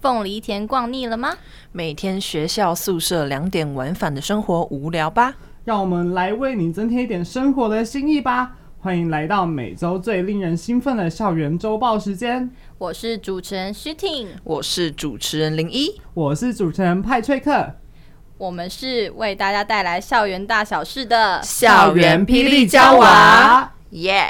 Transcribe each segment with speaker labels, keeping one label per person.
Speaker 1: 凤梨田逛腻了吗？
Speaker 2: 每天学校、宿舍两点往返的生活无聊吧？
Speaker 3: 让我们来为你增添一点生活的新意吧！欢迎来到每周最令人兴奋的校园周报时间，
Speaker 1: 我是主持人 Shooting，
Speaker 2: 我是主持人零一，
Speaker 3: 我是主持人派翠克，
Speaker 1: 我们是为大家带来校园大小事的。
Speaker 2: 校园霹雳娇娃，耶！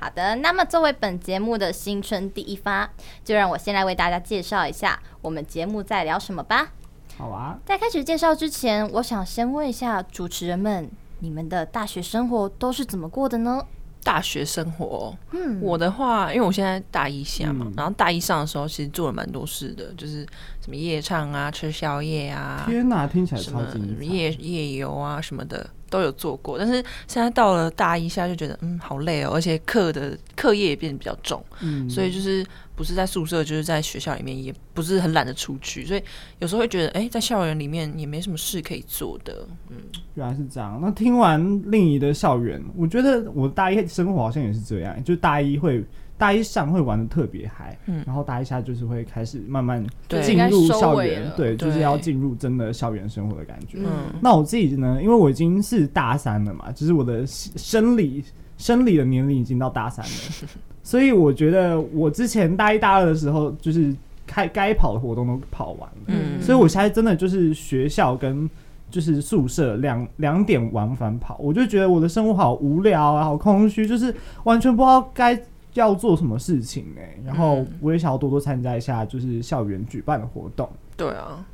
Speaker 1: 好的，那么作为本节目的新春第一发，就让我先来为大家介绍一下我们节目在聊什么吧。
Speaker 3: 好啊！
Speaker 1: 在开始介绍之前，我想先问一下主持人们，你们的大学生活都是怎么过的呢？
Speaker 2: 大学生活，哦
Speaker 1: 嗯，
Speaker 2: 我的话，因为我现在大一下嘛，
Speaker 3: 嗯
Speaker 2: 然后大一上的时候，其实做了蛮多事的，就是什么夜唱啊、吃宵夜啊，
Speaker 3: 天哪，听起来
Speaker 2: 什
Speaker 3: 超
Speaker 2: 么
Speaker 3: 级厉
Speaker 2: 夜夜游啊什么的都有做过，但是现在到了大一下就觉得嗯好累哦，而且课的课业也变得比较重，
Speaker 3: 害，嗯
Speaker 2: 所以就是不是在宿舍就是在学校里面，也不是很懒得出去，所以有时候会觉得哎、在校园里面也没什么事可以做的，
Speaker 3: 原来是这样。那听完令仪的校园，我觉得我大一生活好像也是这样，就大一会大一上会玩的特别嗨，
Speaker 2: 嗯
Speaker 3: 然后大一下就是会开始慢慢
Speaker 2: 对
Speaker 3: 进
Speaker 1: 应
Speaker 3: 入
Speaker 1: 该收
Speaker 3: 校
Speaker 1: 尾
Speaker 3: 园
Speaker 1: 了，
Speaker 3: 对，就是
Speaker 2: 对
Speaker 3: 要进入真的校园生活的感觉。
Speaker 2: 嗯
Speaker 3: 那我自己呢，因为我已经是大三了嘛，就是我的生生理生理的年龄已经到大 三了，所以我觉得我之前大一大二的时候，就是开该跑的活动都跑完了，
Speaker 2: 嗯，
Speaker 3: 所以我现在真的就是学校跟就是宿舍两两点往返跑，我就觉得我的生活好无聊啊，好空虚，就是完全不知道该要做什么事情哎、然
Speaker 1: 嗯
Speaker 3: 后我也想要多多参加一下就是校园举办的活动，
Speaker 2: 对啊，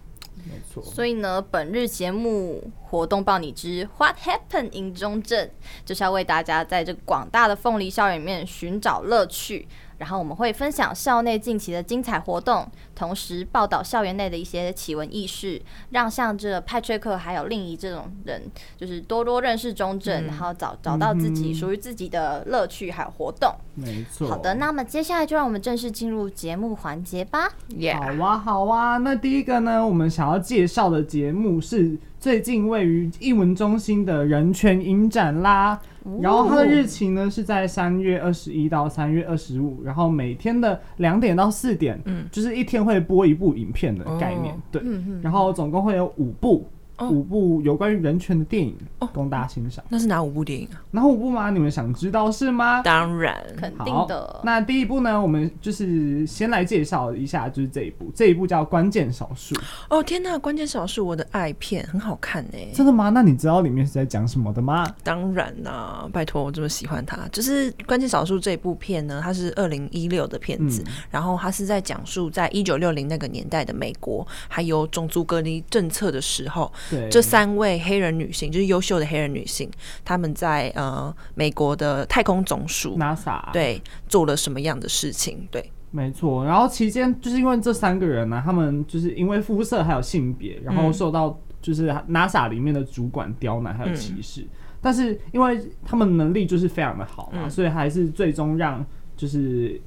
Speaker 3: 没错，
Speaker 1: 所以呢，本日节目活动报你知 What Happened in 中正，就是要为大家在这个广大的凤梨校园里面寻找乐趣。然后我们会分享校内近期的精彩活动，同时报道校园内的一些奇闻异事，让像这派翠克还有令仪这种人，就是多多认识中正，然后找找到自己
Speaker 3: 嗯哼
Speaker 1: 属于自己的乐趣还有活动。
Speaker 3: 没错。
Speaker 1: 好的，那么接下来就让我们正式进入节目环节吧。
Speaker 2: 耶、
Speaker 3: 好啊，好啊。那第一个呢，我们想要介绍的节目是最近位于艺文中心的人权影展啦。
Speaker 2: 哦
Speaker 3: 然后它的日期呢是在三月二十一到三月二十五，然后每天的两点到四点，
Speaker 2: 嗯
Speaker 3: 就是一天会播一部影片的概念，
Speaker 2: 哦
Speaker 3: 对。
Speaker 1: 嗯嗯，
Speaker 3: 然后总共会有五部，
Speaker 2: 哦
Speaker 3: 五部有关于人权的电影、
Speaker 2: 哦
Speaker 3: 供大家欣赏。
Speaker 2: 那是哪五部电影啊？
Speaker 3: 然后五部吗？你们想知道是吗？
Speaker 2: 当然，
Speaker 1: 肯
Speaker 3: 好，
Speaker 1: 定的。
Speaker 3: 那第一部呢，我们就是先来介绍一下，就是这一部，这一部叫《关键少数》。
Speaker 2: 哦天呐，关键少是我的爱片，很好看呢、
Speaker 3: 真的吗？那你知道里面是在讲什么的吗？
Speaker 2: 当然啦、拜托，我这么喜欢他。就是《关键少数》这部片呢，它是二零一六的片子，
Speaker 3: 嗯
Speaker 2: 然后它是在讲述在一九六零那个年代的美国，还有种族隔离政策的时候，
Speaker 3: 对，
Speaker 2: 这三位黑人女性，就是优秀的黑人女性，她们在呃美国的太空总
Speaker 3: 嗯
Speaker 2: 署
Speaker 3: NASA
Speaker 2: 对做了什么样的事情？对，
Speaker 3: 没错。然后期间就是因为这三个人呢、啊他们就是因为肤色还有性别，然后
Speaker 2: 嗯
Speaker 3: 受到就是 NASA 里面的主管刁难还有
Speaker 2: 嗯
Speaker 3: 歧视。但是因为他们能力就是非常的好嘛，
Speaker 2: 嗯
Speaker 3: 所以还是最终让就是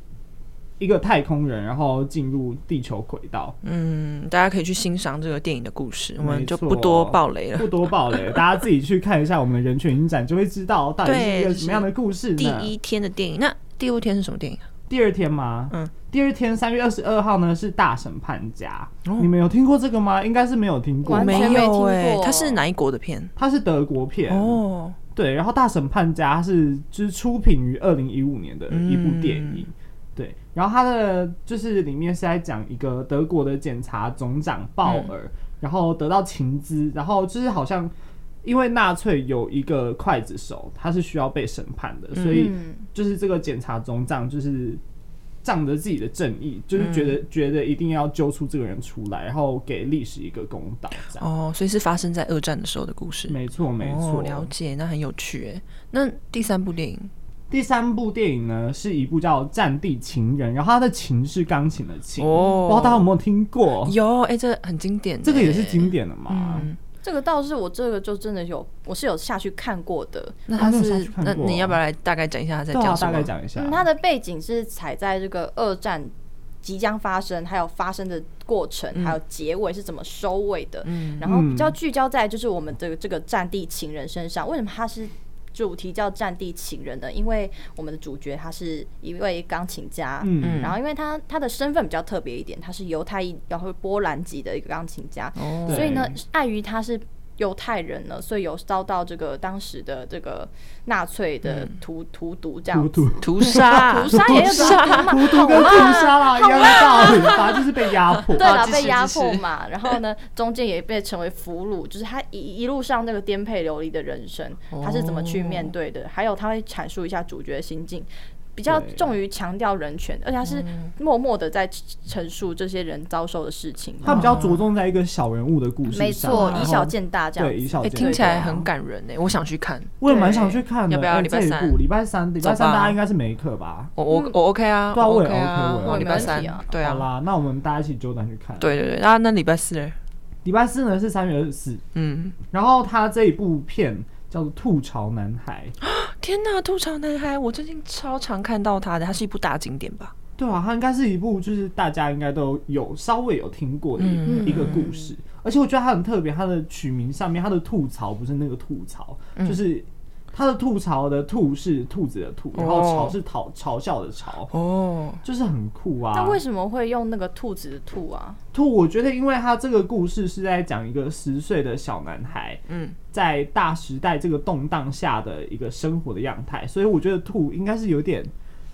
Speaker 3: 一个太空人然后进入地球轨道。
Speaker 2: 嗯，大家可以去欣赏这个电影的故事，我们就
Speaker 3: 没错
Speaker 2: 不多爆雷了
Speaker 3: 不。多爆 雷，大家自己去看一下我们的人权影展，就会知道到底是一
Speaker 2: 对
Speaker 3: 个
Speaker 2: 就
Speaker 3: 什么样的故事呢。
Speaker 2: 第一天的电影，那第二天是什么电影啊？
Speaker 3: 第二天吗？
Speaker 2: 嗯，
Speaker 3: 第二天三月二十二号呢是大审判家，
Speaker 2: 哦
Speaker 3: 你们有听过这个吗？应该是没有听过
Speaker 1: 完，全没听过
Speaker 2: 哎、它是哪一国的片？
Speaker 3: 它是德国片，
Speaker 2: 哦，
Speaker 3: 对，然后大审判家是就是出品于二零一五年的
Speaker 2: 嗯
Speaker 3: 一部电影。对，然后它的就是里面是在讲一个德国的检察总长鲍尔，
Speaker 2: 嗯
Speaker 3: 然后得到情资，然后就是好像因为纳粹有一个刽子手，他是需要被审判的，所以
Speaker 1: 嗯
Speaker 3: 就是这个检察总长就是仗着自己的正义，
Speaker 2: 嗯
Speaker 3: 就是觉得、觉得一定要揪出这个人出来，然后给历史一个公道，这样。
Speaker 2: 哦，所以是发生在二战的时候的故事。
Speaker 3: 没错，没
Speaker 2: 哦
Speaker 3: 错。
Speaker 2: 了解，那很有趣哎。那第三部电影，
Speaker 3: 第三部电影呢，是一部叫《战地情人》，然后它的“情”是钢琴的“琴”，
Speaker 2: 哦
Speaker 3: 不知道大家有没有听过？
Speaker 2: 有哎、这很经典，
Speaker 3: 哦这个也是经。典的啊嘛。
Speaker 2: 嗯，
Speaker 1: 这个倒是我这个就真的有，我是有下去看过的。
Speaker 2: 那
Speaker 3: 啊
Speaker 2: 它
Speaker 3: 没有下
Speaker 2: 是
Speaker 3: 去，看
Speaker 2: 那
Speaker 3: 过
Speaker 2: 你要不要来大概讲一下它在
Speaker 3: 对啊，
Speaker 2: 讲什
Speaker 3: 大
Speaker 2: 么？
Speaker 3: 概讲一下。
Speaker 1: 嗯，它的背景是踩在这个二战即将发生，还有发生的过程，还有结尾是怎么收尾的。
Speaker 2: 嗯
Speaker 1: 然后比较聚焦在就是我们的这个战地情人身上，为什么他是主题叫《战地情人》的，因为我们的主角他是一位钢琴家，
Speaker 3: 嗯
Speaker 2: 嗯
Speaker 1: 然后因为他他的身份比较特别一点，他是犹太裔，然后波兰籍的一个钢琴家，
Speaker 2: 哦
Speaker 3: 对
Speaker 1: 所以呢，碍于他是犹太人呢，所以有遭到这个当时的这个纳粹的荼荼毒这样
Speaker 3: 孤
Speaker 1: 子，
Speaker 3: 独。
Speaker 2: 屠杀，
Speaker 1: 屠
Speaker 3: 哦
Speaker 1: 杀也有
Speaker 2: 屠杀
Speaker 1: 嘛，
Speaker 3: 孤独跟屠杀啦一样的道理，反正就是被压迫。
Speaker 1: 对啦，
Speaker 2: 支
Speaker 1: 被
Speaker 2: 持
Speaker 1: 压
Speaker 2: 支持
Speaker 1: 迫嘛，然后呢，中间也被成为俘虏，就是他一一路上那个颠沛流离的人生，他是怎么去面对的？还有他会阐述一下主角的心境，比较
Speaker 3: 对
Speaker 1: 重于强调人权，而且他是默默的在陈述这些人遭受的事情。
Speaker 3: 他比较着重在一个小人物的故事上，
Speaker 1: 没错，
Speaker 3: 然后
Speaker 1: 以小见大这样
Speaker 3: 对啊
Speaker 1: 子
Speaker 3: 以。小
Speaker 2: 哎，
Speaker 3: 见大。
Speaker 2: 听起来很感人呢，欸我想去看。
Speaker 3: 我也蛮想去看的。
Speaker 2: 要不要
Speaker 3: 哎
Speaker 2: 礼拜
Speaker 3: 这一
Speaker 2: 三
Speaker 3: 部礼拜三，礼拜
Speaker 2: 走
Speaker 3: 三
Speaker 2: 吧
Speaker 3: 大家应该是没课吧？
Speaker 2: 我我我 OK 啊，
Speaker 3: 对啊我也
Speaker 2: OK 啊
Speaker 3: OK，，我
Speaker 2: 我
Speaker 3: 也
Speaker 2: 礼拜
Speaker 3: OK
Speaker 2: 三
Speaker 1: 嗯没问题啊，
Speaker 2: 对
Speaker 3: 好
Speaker 2: 啊，
Speaker 3: 啦，那我们大家一起揪团去看。，
Speaker 2: 对对对，啊那那礼拜四嘞，
Speaker 3: 礼拜四呢是三月二十四，
Speaker 2: 嗯，
Speaker 3: 然后他这一部片叫做《吐槽男孩》。
Speaker 2: 天呐，吐槽男孩，我最近超常看到他的，他是一部大经典吧？
Speaker 3: 对啊，它应该是一部就是大家应该都有稍微有听过的
Speaker 2: 嗯
Speaker 3: 一个故事，而且我觉得它很特别，它的取名上面它的吐槽不是那个吐槽，
Speaker 2: 嗯
Speaker 3: 就是它的吐槽的吐是兔子的兔，然后
Speaker 2: 哦
Speaker 3: 嘲是嘲嘲笑的嘲，
Speaker 2: 哦，
Speaker 3: 就是很酷啊。
Speaker 1: 但为什么会用那个兔子的兔啊？
Speaker 3: 兔，我觉得因为它这个故事是在讲一个十岁的小男孩
Speaker 2: 嗯，
Speaker 3: 在大时代这个动荡下的一个生活的样态，所以我觉得兔应该是有点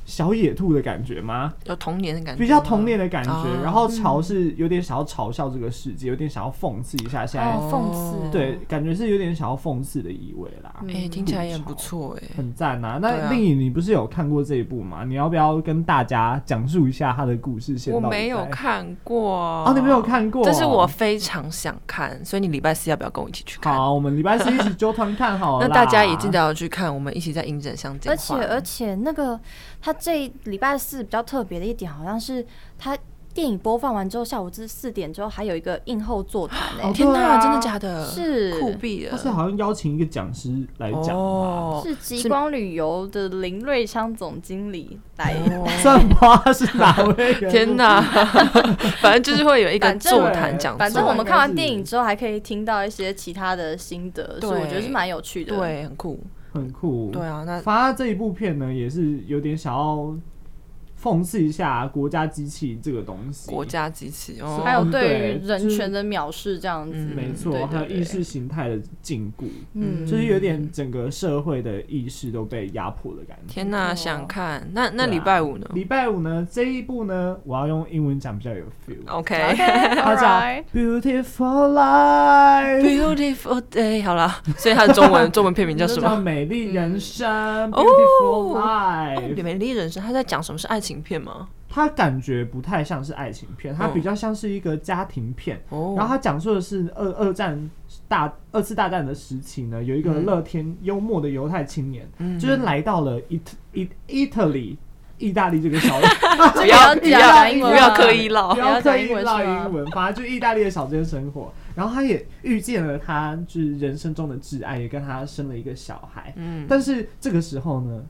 Speaker 3: 小野兔的感觉吗？
Speaker 2: 有童年的感觉，
Speaker 3: 比较童年，的感觉
Speaker 2: 啊，
Speaker 3: 然后嘲是有点想要嘲笑这个世界，有点想要讽刺一下现在，
Speaker 1: 哦，讽刺。
Speaker 3: 对，感觉是有点想要讽刺的意味啦，
Speaker 2: 哎，听起来也很不错哎，
Speaker 3: 很赞啊！
Speaker 2: 对
Speaker 3: 那
Speaker 2: 啊
Speaker 3: 令颖，你不是有看过这一部吗？你要不要跟大家讲述一下他的故事线？
Speaker 2: 我没有。看过
Speaker 3: 哦，你没有看过，
Speaker 2: 但是我非常想看，所以你礼拜四要不要跟我一起去看？
Speaker 3: 好，我们礼拜四一起揪团看好了
Speaker 2: 那
Speaker 3: 啦。
Speaker 2: 大家也记得要去看，我们一起在影展相见。
Speaker 1: 而且而且那个他这礼拜四比较特别的一点，好像是他电影播放完之后，下午至四点之后还有一个映后座谈欸呢、
Speaker 3: 哦
Speaker 2: 天
Speaker 3: 对
Speaker 2: 哪，
Speaker 3: 啊
Speaker 2: 真的假的？
Speaker 1: 是
Speaker 2: 酷毙
Speaker 3: 他
Speaker 2: 了！
Speaker 3: 是好像邀请一个讲师来讲吧，
Speaker 2: 哦，
Speaker 1: 是极光旅游的林瑞昌总经理来，
Speaker 3: 算吧，是哪位人？
Speaker 2: 天哪，反正就是会有一个
Speaker 1: 反正
Speaker 2: 座谈讲座，
Speaker 1: 反正我们看完电
Speaker 3: 应该
Speaker 1: 影
Speaker 3: 是
Speaker 1: 之后还可以听到一些其他的心得，所以我觉得是蛮有趣的。，
Speaker 2: 对很酷，
Speaker 3: 很酷。
Speaker 2: 对啊，那
Speaker 3: 反正这一部片呢，也是有点想要讽刺一下国家机器这个东西。
Speaker 2: 国家机器哦，
Speaker 1: 还有
Speaker 3: 嗯
Speaker 1: 对于
Speaker 3: 对
Speaker 1: 人
Speaker 3: 就是
Speaker 1: 权的藐视这样子，
Speaker 2: 嗯
Speaker 3: 没
Speaker 1: 对
Speaker 3: 错，
Speaker 1: 对
Speaker 3: 还有
Speaker 1: 对
Speaker 3: 意识形态的禁锢，
Speaker 1: 嗯
Speaker 3: 就是有点整个社会的意识都被压迫的感觉。
Speaker 2: 天哪，
Speaker 1: 哦
Speaker 2: 想看那那
Speaker 3: 对啊
Speaker 2: 礼拜五呢
Speaker 3: 礼拜五呢，这一部呢，我要用英文讲比较有
Speaker 2: 哦
Speaker 3: feel。
Speaker 1: 嗯
Speaker 2: ？OK。
Speaker 3: 它叫
Speaker 1: Alright
Speaker 3: Beautiful Life，
Speaker 2: Beautiful day，好啦，所以它的 中文中文片名叫什
Speaker 3: 叫
Speaker 2: 么？
Speaker 3: 美丽人生
Speaker 2: 哦
Speaker 3: ，Beautiful
Speaker 2: 哦
Speaker 3: Life。
Speaker 2: 美丽人生，他在讲什么是爱情片吗？
Speaker 3: 它感觉不太像是爱情片，它
Speaker 2: 嗯
Speaker 3: 比较像是一个家庭片。
Speaker 2: 哦，
Speaker 3: 然后它讲述的是二二战大二次大战的时期呢，有一个
Speaker 1: 嗯
Speaker 3: 乐天幽默的犹太青年，
Speaker 2: 嗯
Speaker 3: 就是来到了 it
Speaker 1: 嗯
Speaker 3: it Italy 意大利这个 小不
Speaker 2: 不
Speaker 1: 要
Speaker 2: 要
Speaker 1: 不
Speaker 2: 不
Speaker 1: 要
Speaker 2: 要
Speaker 1: 讲
Speaker 2: 不
Speaker 1: 英文
Speaker 2: 要
Speaker 1: 啊
Speaker 2: 刻意唠
Speaker 1: 不，要
Speaker 3: 要刻
Speaker 1: 讲英
Speaker 3: 意
Speaker 1: 文
Speaker 3: 唠
Speaker 1: 是吗
Speaker 3: 英文，反正就意大利的小镇生活。然后他也遇见了他就是人生中的挚爱，也跟他生了一个小孩。
Speaker 2: 嗯，
Speaker 3: 但是这个时候呢，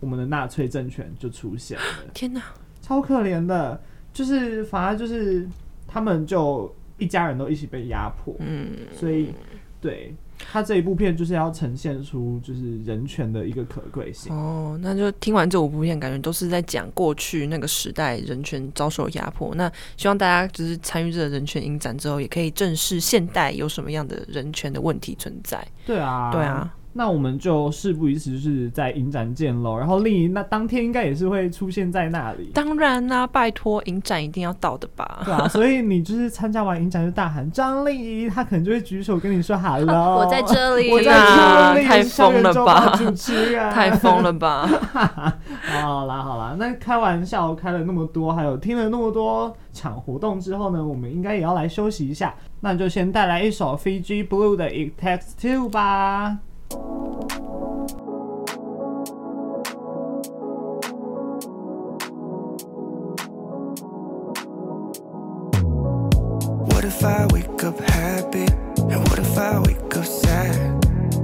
Speaker 3: 我们的纳粹政权就出现了。
Speaker 2: 天哪，
Speaker 3: 超可怜的，就是反而就是他们就一家人都一起被压迫，
Speaker 2: 嗯，
Speaker 3: 所以对他这一部片就是要呈现出就是人权的一个可贵性。
Speaker 2: 哦，那就听完这五部片，感觉都是在讲过去那个时代人权遭受的压迫。那希望大家就是参与这个人权影展之后，也可以正视现代有什么样的人权的问题存在。
Speaker 3: 对啊，
Speaker 2: 对。啊，
Speaker 3: 那我们就事不宜迟，就是在影展见喽。然后另一那当天应该也是会出现在那里。
Speaker 2: 当然啦、拜托影展一定要到的吧。
Speaker 3: 对啊，所以你就是参加完影展就大喊张丽怡，她可能就会举手跟 你说 “hello”，
Speaker 1: 啊我在这里，
Speaker 3: 我在
Speaker 2: 啊
Speaker 3: 这里，
Speaker 2: 太
Speaker 3: 校
Speaker 2: 疯
Speaker 3: 园
Speaker 2: 了
Speaker 3: 周
Speaker 2: 吧
Speaker 3: 报主持 人，
Speaker 2: 太疯了吧！
Speaker 3: 好啦好啦，那开玩笑开了那么多，还有听了那么多场活动之后呢，我们应该也要来休息一下。那就先带来一首 Fiji Blue 的《It Takes Two》吧。
Speaker 4: What if I wake up happy? And what if I wake up sad?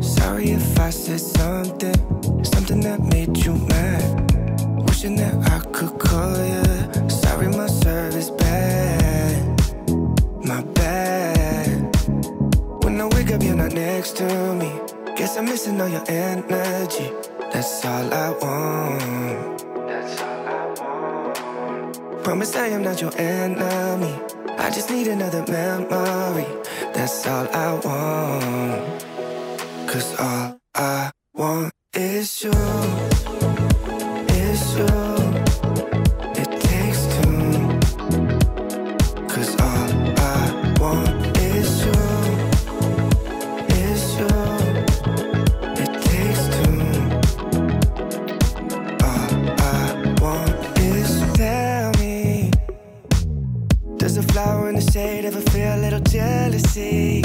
Speaker 4: Sorry if I said something, something that made you mad. Wishing that I could call you. Sorry, my service bad. My bad. When I wake up, you're not next to me. Guess Guess I'm missing all your energy. That's all I want. That's all I want. Promise I am not your enemy. I just need another memory. That's all I want. Cause all I want is you. Is you. It takes two. Cause all I want is you. It's you. It takes two. All I want is you. tell me. Does a flower in the shade ever feel a little jealousy?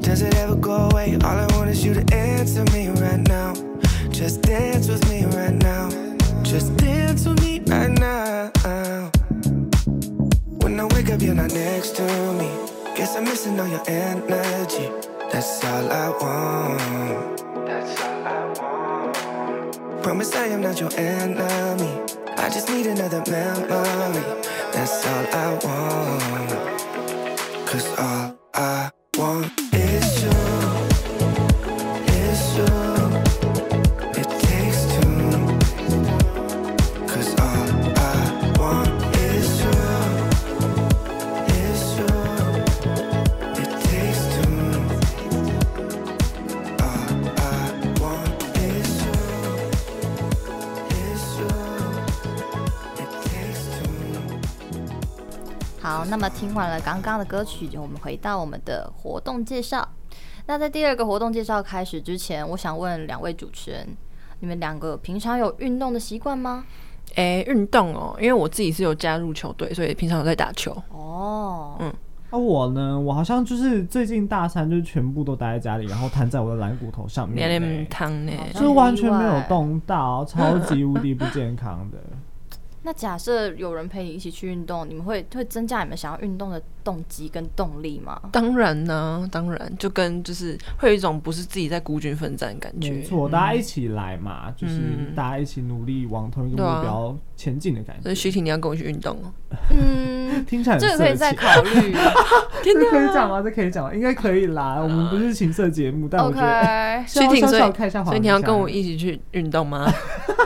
Speaker 4: Does it ever go away? All I want is you to answer me right now. Just dance with me right now. Just dance with me right now. When I wake up, you're not next to me. Guess I'm missing all your energy. That's all I want. That's all I want. Promise I am not your enemy. I just need another memory. That's all I want. Cause all I want is you. Is you. It takes two. Cause all I want is you. It's true. It takes two. All I want is you. It's true. It takes two.
Speaker 1: 好，那么听完了刚刚的歌曲，我们回到我们的活动介绍。那在第二个活动介绍开始之前，我想问两位主持人，你们两个平常有运动的习惯吗？
Speaker 2: 诶，运动哦，因为我自己是有加入球队，所以平常有在打球。
Speaker 1: 哦，
Speaker 2: 嗯
Speaker 3: 啊，我呢，我好像就是最近大三就全部都待在家里，然后瘫在我的懒骨头上面
Speaker 2: 连
Speaker 3: 嘞
Speaker 2: 连，汤呢？
Speaker 3: 就是完全没有动到，超级无敌不健康的。
Speaker 1: 那假设有人陪你一起去运动，你们会会增加你们想要运动的动机跟动力吗？
Speaker 2: 当然呢、当然，啊就跟就是会有一种不是自己在孤军奋战的感觉。
Speaker 3: 没错，大家一起来嘛，就是
Speaker 2: 嗯
Speaker 3: 大家一起努力往同一个
Speaker 2: 对啊
Speaker 3: 目标前进的感
Speaker 2: 所以
Speaker 3: 觉。
Speaker 2: 徐婷，你要跟我去运动哦。
Speaker 1: 嗯，
Speaker 3: 听起来很
Speaker 1: 这个可以
Speaker 3: 色
Speaker 1: 再
Speaker 3: 情
Speaker 1: 考 虑。
Speaker 2: 天
Speaker 3: 这可以
Speaker 2: 哪！
Speaker 3: 讲吗？这可以讲吗？应该可以啦。我们不是情色节目，但我觉得
Speaker 1: OK，
Speaker 2: 徐婷，
Speaker 3: 稍
Speaker 2: 所
Speaker 3: 稍
Speaker 2: 以
Speaker 3: 看一下黄
Speaker 2: 所以
Speaker 3: 一
Speaker 2: 你要
Speaker 3: 下
Speaker 2: 跟我一起去运动 吗？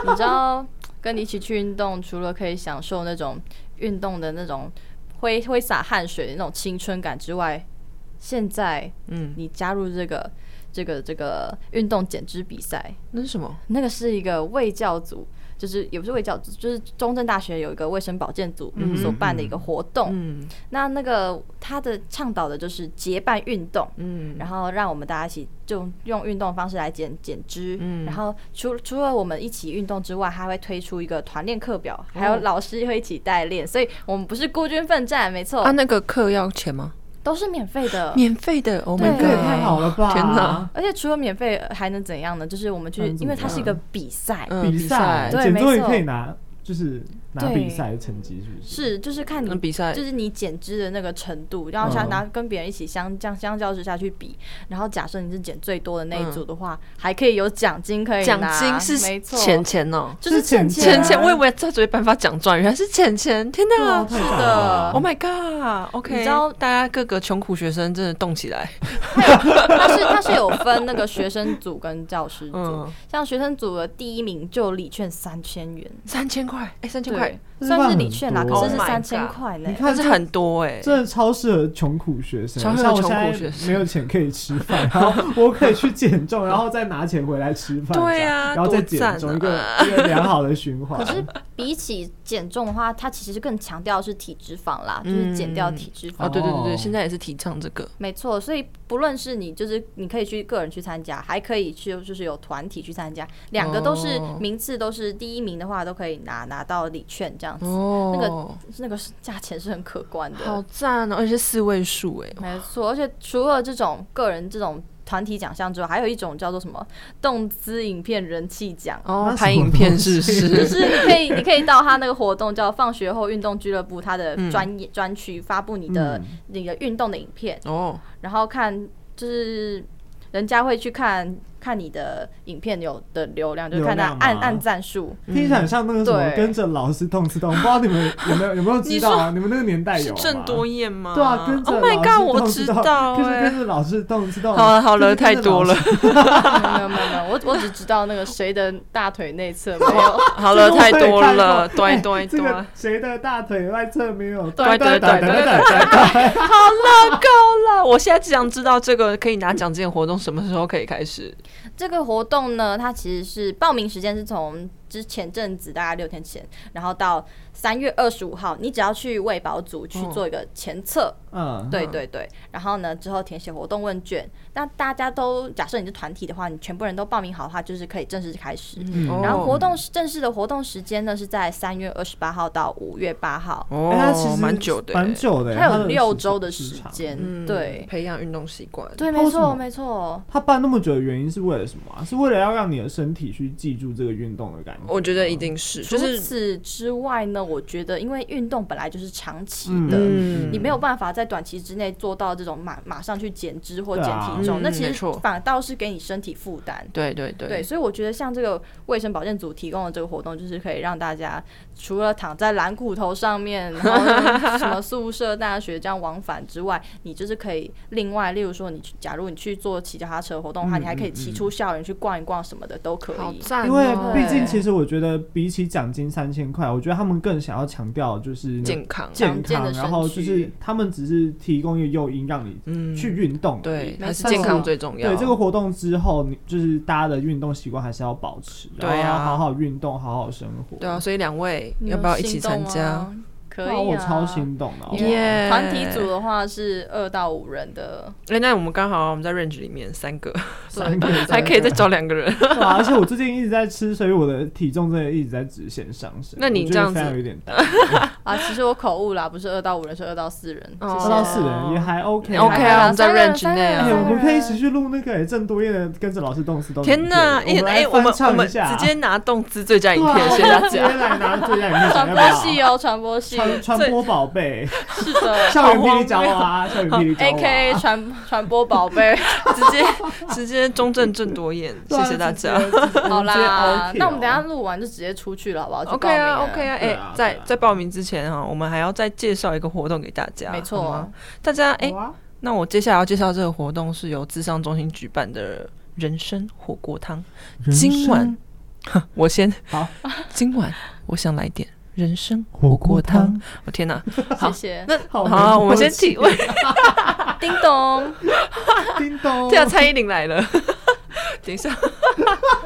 Speaker 1: 你知道跟你一起去运动，除了可以享受那种运动的那种挥挥洒汗水的那种青春感之外，现在
Speaker 2: 嗯，
Speaker 1: 你加入这个这个这个运动减脂比赛，
Speaker 2: 那是什么？
Speaker 1: 那个是一个卫教组，就是也不是卫教组，就是中正大学有一个卫生保健组
Speaker 2: 嗯
Speaker 1: 所办的一个活动。
Speaker 2: 嗯
Speaker 1: 那那个他的倡导的就是结伴运动，
Speaker 2: 嗯，
Speaker 1: 然后让我们大家一起就用运动的方式来减减脂。
Speaker 2: 嗯
Speaker 1: 然后除除了我们一起运动之外，他会推出一个团练课表，还
Speaker 2: 哦
Speaker 1: 有老师会一起带练，所以我们不是孤军奋战，没错，
Speaker 2: 啊，那个课要钱吗？
Speaker 1: 都是免费的。
Speaker 2: 免费的，Oh
Speaker 1: 对
Speaker 2: my
Speaker 3: 哎这
Speaker 2: god！
Speaker 3: 也太好了吧！
Speaker 2: 天哪！
Speaker 1: 而且除了免费还能怎样呢？就是我们去
Speaker 3: 还能，怎
Speaker 1: 因
Speaker 3: 么
Speaker 1: 为
Speaker 3: 样
Speaker 1: 它是一个比赛，
Speaker 2: 嗯
Speaker 3: 比赛
Speaker 1: 对
Speaker 3: 减
Speaker 1: 没
Speaker 3: 重也
Speaker 1: 错
Speaker 3: 可以拿，就是拿
Speaker 1: 对
Speaker 3: 比赛的成绩，是不是？
Speaker 1: 是就是看你
Speaker 2: 嗯，比赛
Speaker 1: 就是你减脂的那个程度，然后想
Speaker 3: 嗯
Speaker 1: 拿跟别人一起相相相较之下去比，然后假设你是减最多的那一组的话，还可以有奖金可以
Speaker 2: 嗯奖
Speaker 1: 拿
Speaker 2: 金
Speaker 1: 没
Speaker 2: 是
Speaker 1: 错，
Speaker 2: 钱钱哦，
Speaker 1: 就是欠
Speaker 3: 是
Speaker 1: 钱
Speaker 2: 钱
Speaker 3: 钱
Speaker 2: 钱，我以为他只会颁发奖状，原来是钱钱！天
Speaker 3: 哇
Speaker 1: 啊
Speaker 2: 哪！
Speaker 3: 太棒了
Speaker 2: ！Oh my god！OK，
Speaker 1: 你知道
Speaker 2: 大家各个穷苦学生真的动起来，
Speaker 1: 它是它是有分那个学生组跟教师组，
Speaker 2: 嗯，
Speaker 1: 像学生组的第一名就礼券三千元，
Speaker 2: 三千块，哎，三千块
Speaker 1: 对，，算是礼券啦，
Speaker 3: 这是
Speaker 1: 可
Speaker 3: 万
Speaker 1: 是是
Speaker 3: 很多
Speaker 1: 三
Speaker 2: Oh
Speaker 1: 千
Speaker 2: my god
Speaker 1: 块呢
Speaker 3: 你。看
Speaker 2: 但是很多哎，
Speaker 3: 真的超适合穷苦学生，
Speaker 2: 超适合
Speaker 3: 像我
Speaker 2: 穷
Speaker 3: 现
Speaker 2: 苦
Speaker 3: 在
Speaker 2: 学生
Speaker 3: 没有钱可以吃饭，然后我可以去减重，然后再拿钱回来吃饭，
Speaker 2: 对
Speaker 3: 这样
Speaker 2: 啊
Speaker 3: 然后再
Speaker 2: 多赞
Speaker 3: 减重，
Speaker 2: 啊
Speaker 3: 一个一个良好的循环。
Speaker 1: 可是比起减重的话，它其实更强调的是体脂肪啦，就是减掉体脂肪。
Speaker 2: 哦，对对对对，
Speaker 3: 哦
Speaker 2: 现在也是提倡这个，
Speaker 1: 没错，所以不论是你就是你可以去个人去参加，还可以去就是有团体去参加，两个都是
Speaker 2: 哦
Speaker 1: 名次都是第一名的话，都可以拿拿到礼券这样子，
Speaker 2: 哦，
Speaker 1: 那个是价钱是很可观的。
Speaker 2: 好赞哦，而且是四位数哎，
Speaker 1: 没错，而且除了这种个人这种团体奖项之外，还有一种叫做什么动资影片人气 奖。
Speaker 2: 哦
Speaker 3: 那，
Speaker 2: 拍
Speaker 3: 什么
Speaker 2: 影片
Speaker 3: 东
Speaker 2: 是不？
Speaker 1: 就是是你可以，你可以到他那个活动叫“放学后运动俱乐部”，他的
Speaker 2: 嗯
Speaker 1: 专业专区发布你的、
Speaker 3: 嗯
Speaker 1: 你的运动的影片，
Speaker 2: 哦，
Speaker 1: 然后看就是人家会去看看你的影片有的流量，就是看
Speaker 3: 流
Speaker 1: 他
Speaker 3: 量吗
Speaker 1: 按按赞数。
Speaker 3: 听起来很像那个什么
Speaker 1: 对
Speaker 3: 跟着老师痛吃痛，不知道你们有没有有没有知道啊？你们那个年代
Speaker 2: 是
Speaker 3: 有
Speaker 2: 郑
Speaker 3: 吗？
Speaker 2: 多燕吗？
Speaker 3: 对啊，跟着
Speaker 2: Oh
Speaker 3: 老
Speaker 2: my
Speaker 3: 师
Speaker 2: god，我
Speaker 3: 动
Speaker 2: 知
Speaker 3: 动
Speaker 2: 道
Speaker 3: 就是
Speaker 2: 哎
Speaker 3: 跟。着老师动，知道
Speaker 2: 好了好了，太多了。，
Speaker 1: 没有没有没有，我我只知道那个谁的大腿内侧没 有。
Speaker 2: 好了，太多了， 对
Speaker 3: 对
Speaker 2: 对
Speaker 3: 哎这
Speaker 2: 对，
Speaker 3: 个谁的大腿外侧没有？
Speaker 2: 对对对对
Speaker 3: 对，
Speaker 2: 好了，够了！我现在只想知道这个可以拿奖金的活动什么时候可以开始？
Speaker 1: 这个活动呢，它其实是报名时间是从之前阵子大概六天前，然后到三月二十五号，你只要去卫保组去
Speaker 2: 哦
Speaker 1: 做一个前测，
Speaker 3: 嗯，
Speaker 1: 对对对，然后呢之后填写活动问卷，那大家都假设你是团体的话，你全部人都报名好的话，就是可以正式开始。
Speaker 3: 嗯
Speaker 2: 哦
Speaker 1: 然后活动正式的活动时间呢是在三月二十八号到五月八号，
Speaker 3: 哎它其
Speaker 2: 哦，
Speaker 3: 实
Speaker 2: 蛮久的耶，
Speaker 3: 蛮久的耶，
Speaker 1: 它
Speaker 3: 它
Speaker 1: 有
Speaker 3: 的
Speaker 1: 六
Speaker 3: 时
Speaker 1: 周的
Speaker 3: 时
Speaker 1: 时
Speaker 3: 长。
Speaker 1: 间，
Speaker 2: 嗯
Speaker 1: 对
Speaker 2: 培养运动习惯。
Speaker 1: 对，
Speaker 3: 它
Speaker 1: 没
Speaker 3: 为什
Speaker 1: 错
Speaker 3: 么
Speaker 1: 没错。
Speaker 3: 他办那么久的原因是为了什么啊？是为了要让你的身体去记住这个运动的感觉吗？
Speaker 2: 我觉得一定是，就
Speaker 1: 除
Speaker 2: 是
Speaker 1: 此之外呢，我觉得因为运动本来就是长期
Speaker 3: 嗯
Speaker 1: 的，
Speaker 2: 嗯
Speaker 1: 你没有办法在短期之内做到这种马马上去减脂或减
Speaker 3: 对啊
Speaker 1: 体重，
Speaker 2: 嗯
Speaker 1: 那其
Speaker 2: 没
Speaker 1: 实
Speaker 2: 错
Speaker 1: 反倒是给你身体负担。
Speaker 2: 对对对
Speaker 1: 对，所以我觉得像这个卫生保健组提供的这个活动，就是可以让大家除了躺在蓝骨头上面，然后什么宿舍、大学这样往返之外，你就是可以另外，例如说你去假如你去做骑脚踏车活动的话，
Speaker 3: 嗯
Speaker 1: 你还可以骑出校园去逛一逛什么的都可
Speaker 2: 好
Speaker 1: 以。
Speaker 2: 赞哦，
Speaker 3: 因为
Speaker 1: 欸
Speaker 3: 毕竟，其
Speaker 2: 实
Speaker 3: 实我觉得比起奖金三千块，我觉得他们更想要强调就是
Speaker 2: 健康，
Speaker 3: 健
Speaker 1: 强健
Speaker 3: 康，
Speaker 1: 的身
Speaker 3: 然后就是
Speaker 1: 躯
Speaker 3: 他们只是提供一个诱因让你
Speaker 2: 嗯，
Speaker 3: 去运动而已，
Speaker 2: 对，还是
Speaker 1: 没错
Speaker 2: 健康最重要。
Speaker 3: 对这个活动之后，你就是大家的运动习惯还是要保持，然后
Speaker 2: 对啊
Speaker 3: 要好好运动，好好生活。
Speaker 2: 对啊，所以两位
Speaker 1: 你
Speaker 2: 要
Speaker 1: 有
Speaker 2: 不要一起
Speaker 1: 心动
Speaker 2: 参加？
Speaker 1: 吗？可以、
Speaker 3: 那
Speaker 1: 啊，
Speaker 3: 嗯哦我超心动的，好不哦好
Speaker 1: 因为
Speaker 2: 耶
Speaker 1: 团体组的话是二到五人的，
Speaker 2: 哎，那我们刚好我们在 range 里面三个，
Speaker 3: 三个
Speaker 1: 对
Speaker 2: 还可以再找两个人。
Speaker 3: 对啊，而且我最近一直在吃，所以我的体重真的一直在直线上升。
Speaker 2: 那你
Speaker 3: 我觉
Speaker 2: 这
Speaker 3: 得
Speaker 2: 样子
Speaker 3: 非常有点 大，
Speaker 1: 啊，其实我口误啦，不是二到五人，是二到四人。
Speaker 2: 哦
Speaker 1: 谢
Speaker 3: 二
Speaker 1: 谢
Speaker 3: 到四人也还 OK 啊。
Speaker 2: OK 啊，我们在
Speaker 1: 三个人
Speaker 2: range 内
Speaker 3: 哎、
Speaker 1: 三个人
Speaker 2: 啊。
Speaker 3: 我们可以一起去录那个哎郑多燕的《跟着老师动词动》。
Speaker 2: 天
Speaker 3: 哪！
Speaker 2: 哎哎，我们我
Speaker 3: 我
Speaker 2: 们
Speaker 3: 们来翻唱
Speaker 2: 直
Speaker 3: 一下
Speaker 2: 接拿动资最佳影
Speaker 3: 对
Speaker 2: 片，
Speaker 3: 啊
Speaker 2: 谢谢大
Speaker 3: 直接
Speaker 2: 家。
Speaker 3: 来拿最佳 影片
Speaker 1: 传
Speaker 3: 奖，要不
Speaker 1: 播
Speaker 3: 要？
Speaker 1: 系哦，传播系
Speaker 3: 传传
Speaker 2: 最
Speaker 3: 播宝 贝，
Speaker 1: 是的
Speaker 3: 校园
Speaker 2: 好
Speaker 3: 霹雳
Speaker 2: 荒
Speaker 3: 娇娃， 校园霹雳娇娃啊
Speaker 1: ，A K A 传传播宝贝。
Speaker 2: 直接直接中正郑多燕，
Speaker 3: 对
Speaker 2: 谢
Speaker 3: 啊
Speaker 2: 谢大家。
Speaker 3: 直接 直接
Speaker 1: 好啦
Speaker 3: OK 哦，
Speaker 1: 那我们等一下录完就直接出去了，好不好去
Speaker 2: OK
Speaker 1: 报名
Speaker 2: 啊
Speaker 1: 了
Speaker 2: ，OK 啊，
Speaker 3: 对
Speaker 2: 哎
Speaker 3: 啊，
Speaker 2: 在
Speaker 3: 对啊
Speaker 2: 在报名之前哈，我们还要再介绍一个活动给大
Speaker 3: 啊
Speaker 2: 家，
Speaker 1: 没错
Speaker 2: 好吗，大家哎
Speaker 3: 好，啊
Speaker 2: 那我接下来要介绍这个活动是由智商中心举办的人参火锅汤。今晚，我先
Speaker 3: 好，
Speaker 2: 今晚我想来点人参火锅汤。我天哪！
Speaker 1: 谢谢。
Speaker 2: 那
Speaker 3: 好
Speaker 2: 好啊，我们先
Speaker 3: 起
Speaker 2: 体味。
Speaker 1: 叮咚，
Speaker 3: 叮 咚，
Speaker 2: 对啊，蔡依林来了。等一下，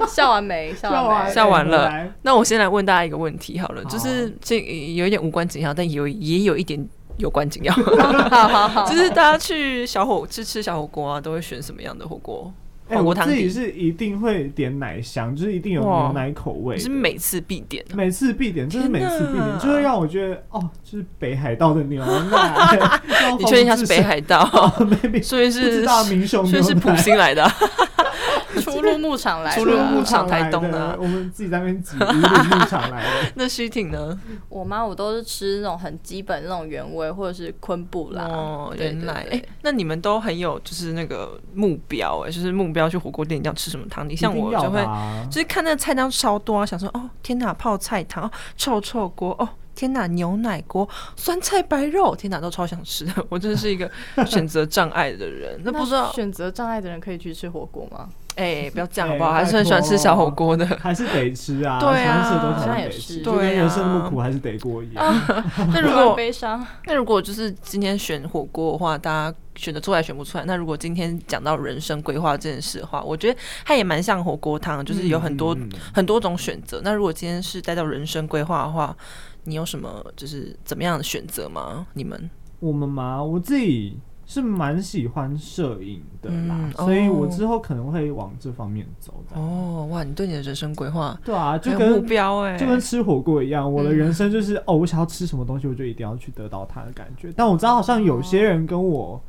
Speaker 1: 笑完 没？笑
Speaker 3: 笑
Speaker 1: 完
Speaker 3: 完
Speaker 1: 没？
Speaker 2: 笑完了
Speaker 3: 回来
Speaker 2: 那我先来问大家一个问题好了，
Speaker 3: 好
Speaker 2: 就是这有一点无关紧要，但有也有一点有关 紧要。
Speaker 1: 好好好，
Speaker 2: 就是大家去小火去吃小火锅啊，都会选什么样的火锅？
Speaker 3: 哎、
Speaker 2: 火锅
Speaker 3: 我
Speaker 2: 汤
Speaker 3: 自己
Speaker 2: 底
Speaker 3: 是一定会点奶香，就是一定有
Speaker 2: 哇
Speaker 3: 牛奶口味
Speaker 2: 你
Speaker 3: 的。
Speaker 2: 是每次必点啊。
Speaker 3: 每次必点，真是每次必
Speaker 2: 天哪
Speaker 3: 点，就会让我觉得哦，就是北海道的牛奶。
Speaker 2: 你确定它是北海道？
Speaker 3: ？maybe
Speaker 2: 所以
Speaker 3: 哦不知
Speaker 2: 是
Speaker 3: 道民雄
Speaker 2: 所
Speaker 3: 牛
Speaker 2: 以是
Speaker 3: 奶
Speaker 2: 普， 星来的啊、
Speaker 1: 初入牧场来的。
Speaker 2: 初入牧
Speaker 3: 牧
Speaker 2: 场
Speaker 3: 场来
Speaker 2: 台东啊的
Speaker 3: 的，我们自己在那边挤，五里牧场来的。
Speaker 2: 那虚挺呢？
Speaker 1: 我妈我都是吃那种很基本那种原味或者是昆布啦。
Speaker 2: 哦，
Speaker 1: 对
Speaker 2: 原
Speaker 1: 对
Speaker 2: 来哎、
Speaker 1: 对
Speaker 2: 诶那你们都很有就是那个目标哎、就是目标去火锅店一定要吃什么汤底。像我
Speaker 3: 一定
Speaker 2: 就
Speaker 3: 要
Speaker 2: 会
Speaker 3: 吧
Speaker 2: 就是看那个菜单超多啊，想说哦天哪，泡菜汤、哦、臭臭锅哦。天哪，牛奶锅、酸菜白肉，天哪，都超想吃 的。我真的是一 个选择障碍的人，那不知道
Speaker 1: 选择障碍的人可以去吃火锅吗？
Speaker 2: 哎、不要这样好不
Speaker 3: 哎
Speaker 2: 好？还是很喜欢吃小火锅的。
Speaker 3: 还是得吃啊，
Speaker 2: 对啊
Speaker 3: 想吃的东西
Speaker 1: 好像
Speaker 3: 还是
Speaker 1: 也
Speaker 3: 得
Speaker 1: 是
Speaker 3: 吃，就
Speaker 2: 对
Speaker 3: 跟
Speaker 2: 啊
Speaker 3: 人生那么苦还是得过一样。
Speaker 2: 那如
Speaker 1: 突然
Speaker 2: 果
Speaker 1: 悲伤，
Speaker 2: 那如果就是今天选火锅的话，大家选得出来选不出来？那如果今天讲到人生规划这件事的话，我觉得它也蛮像火锅汤，就是有很多、
Speaker 3: 嗯嗯嗯
Speaker 2: 很多种选择。那如果今天是带到人生规划的话，你有什么就是怎么样的选择吗？你们
Speaker 3: 我们嘛，嗯我自己是蛮喜欢摄影的啦
Speaker 2: 嗯，
Speaker 3: 所以我
Speaker 2: 哦
Speaker 3: 之后可能会往这方面走的。
Speaker 2: 哦，哇，你对你的人生规划
Speaker 3: 对啊，
Speaker 2: 很
Speaker 3: 就
Speaker 2: 有
Speaker 3: 跟
Speaker 2: 目标哎、
Speaker 3: 就跟吃火锅一样，我的
Speaker 2: 嗯
Speaker 3: 人生就是、哦，我想要吃什么东西，我就一定要去得到它的感觉。但我知道好像有些人跟我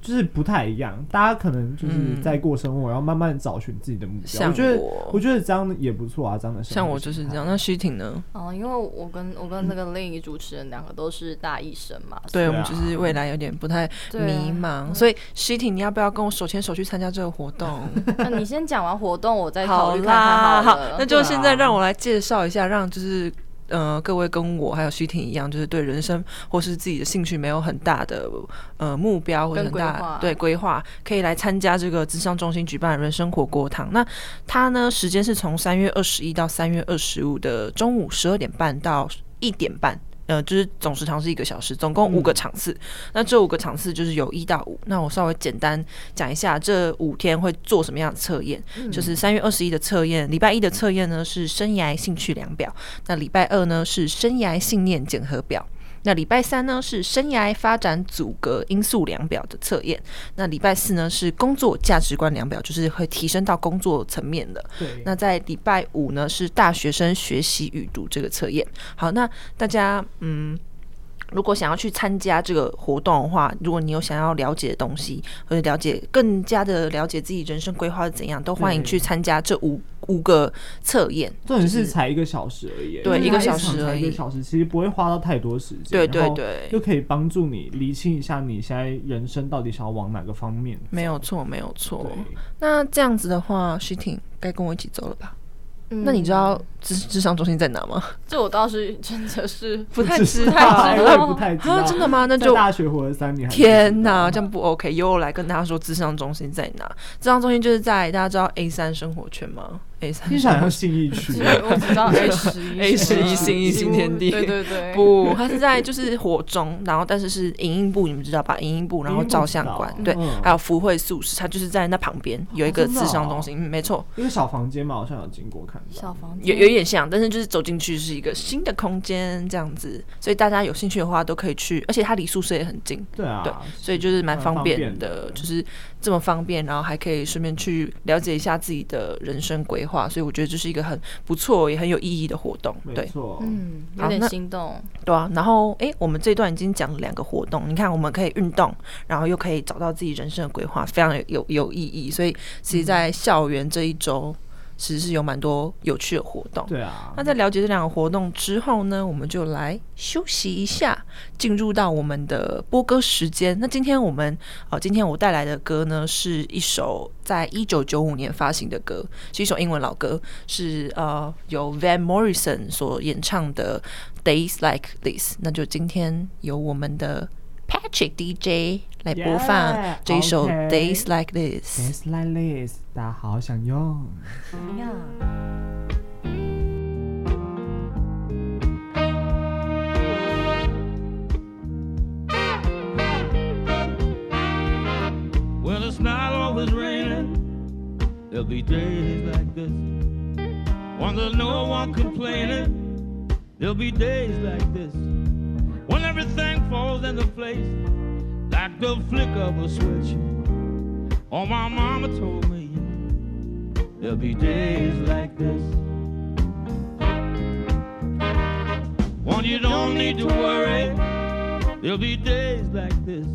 Speaker 3: 就是不太一样，大家可能就是
Speaker 2: 嗯
Speaker 3: 在过生活，然后慢慢找寻自己的目标。
Speaker 2: 像
Speaker 3: 我觉得，我
Speaker 2: 我
Speaker 3: 觉得这样也不错啊，这样的生活
Speaker 2: 像我就是这样。那西婷呢？
Speaker 1: 哦，因为我跟我跟那个另一主持人两个都是大一生嘛，
Speaker 2: 对，
Speaker 3: 啊
Speaker 2: 我们就是未来有点不太
Speaker 1: 对啊嗯
Speaker 2: 迷茫，所以西婷，你要不要跟我手牵手去参加这个 活动？
Speaker 1: 那你先讲完活动，我再哎考
Speaker 2: 好
Speaker 1: 虑看
Speaker 2: 啦，
Speaker 1: 看
Speaker 2: 好
Speaker 1: 了。，
Speaker 2: 那就现在
Speaker 3: 对啊
Speaker 2: 让我来介绍一下，让就是。呃，各位跟我还有徐婷一样，就是对人生或是自己的兴趣没有很大的呃目标或者
Speaker 1: 跟
Speaker 2: 很大
Speaker 1: 规划
Speaker 2: 对规划，可以来参加这个智商中心举办的人生火锅汤。那它呢，时间是从三月二十一到三月二十五的中午十二点半到一点半。呃，就是总时长是一个小时，总
Speaker 1: 嗯
Speaker 2: 共五个场次。那这五个场次就是有一到五。那我稍微简单讲一下这五天会做什么样的测验。
Speaker 1: 嗯
Speaker 2: 就是三月二十一的测验，礼拜一的测验呢是生涯兴趣量表，那礼拜二呢是生涯信念检核表。那礼拜三呢是生涯发展阻隔因素量表的测验，那礼拜四呢是工作价值观量表，就是会提升到工作层面的。
Speaker 3: 对，
Speaker 2: 那在礼拜五呢是大学生学习与读这个测验。好，那大家嗯。如果想要去参加这个活动的话，如果你有想要了解的东西，或者了解更加的了解自己人生规划是怎样，都欢迎
Speaker 3: 对
Speaker 2: 去参加这五五个测验。
Speaker 3: 重
Speaker 2: 就
Speaker 3: 点
Speaker 2: 是是
Speaker 3: 才一个小时而已，
Speaker 2: 对
Speaker 3: 就
Speaker 1: 一
Speaker 3: 是
Speaker 1: 个
Speaker 3: 它
Speaker 1: 小
Speaker 3: 场
Speaker 2: 时
Speaker 3: 才
Speaker 2: 而
Speaker 3: 一个
Speaker 2: 已
Speaker 3: 小时其实不会花到太多时间。
Speaker 2: 对对
Speaker 3: 然后
Speaker 2: 对，
Speaker 3: 又可以帮助你厘清一下你现在人生到底想要往哪个方面。
Speaker 2: 没有错，没有错
Speaker 3: 对。，
Speaker 2: 那这样子的话，徐婷该跟我一起走了吧？
Speaker 1: 嗯
Speaker 2: 那你知道智智商中心在哪吗？
Speaker 1: 这我倒是真的 是
Speaker 2: 不太
Speaker 3: 知
Speaker 2: 知
Speaker 3: 道
Speaker 2: 道，
Speaker 3: 我也不太知道
Speaker 2: 啊，真的吗？那
Speaker 3: 在
Speaker 2: 就
Speaker 3: 大学活了三年还不知道，
Speaker 2: 天呐，这样不 OK！又来跟大家说智商中心在哪？智商中心就是在大家知道 A 三生活圈吗？A 三
Speaker 3: 听起来好像信义区
Speaker 1: 只，我只知 道 A 十一
Speaker 2: A 十一
Speaker 1: 新
Speaker 2: 新一新天 地
Speaker 1: 对 对对，
Speaker 2: 不，它是在就是火中，然后但是是影音部，你们知道吧？影音部，然后照相馆
Speaker 3: 影音部，
Speaker 2: 对
Speaker 3: 知道嗯，
Speaker 2: 还有福慧素食，它就是在那旁边有一个智商中心，嗯没错，
Speaker 3: 一个小房间嘛，好像有经过看到。
Speaker 1: 小房
Speaker 2: 有
Speaker 1: 间
Speaker 2: 有一点像，但是就是走进去是一个新的空间这样子，所以大家有兴趣的话都可以去，而且它离宿舍也很近，
Speaker 3: 对啊，
Speaker 2: 对所以就是蛮方便
Speaker 3: 蛮方便
Speaker 2: 的
Speaker 3: 的，
Speaker 2: 就是这么方便，然后还可以顺便去了解一下自己的人生规划，所以我觉得这是一个很不错也很有意义的活动，
Speaker 3: 没
Speaker 2: 对
Speaker 3: 错，
Speaker 1: 嗯，有
Speaker 2: 好
Speaker 1: 点
Speaker 2: 那
Speaker 1: 心 动。
Speaker 2: 对啊。然后诶，我们这段已经讲了两个活动，你看我们可以运动，然后又可以找到自己人生的规划，非常有有意义。所以其实，在校园这一周，其实是有蛮多有趣的活动。
Speaker 3: 对啊
Speaker 2: 那，在了解这两个活动之后呢，我们就来休息一下，进入到我们的播歌时间。那今天我们呃，今天我带来的歌呢，是一首在一九九五年发行的歌，是一首英文老歌，是呃由 Van Morrison 所演唱的《Days Like This》。那就今天由我们的 Patrick DJ 来播放
Speaker 3: Yeah，
Speaker 2: 这一首《
Speaker 3: OK
Speaker 2: Days Like This》。
Speaker 3: Dance like this，大家好想用。
Speaker 1: 呀，
Speaker 5: Well, it's not always raining. There'll be days like this. When there's no one complaining, there'll be days like this. When everything falls into place, like the flick of a switch. Oh, my mama told me, there'll be days like this. When you don't need to worry, there'll be days like this.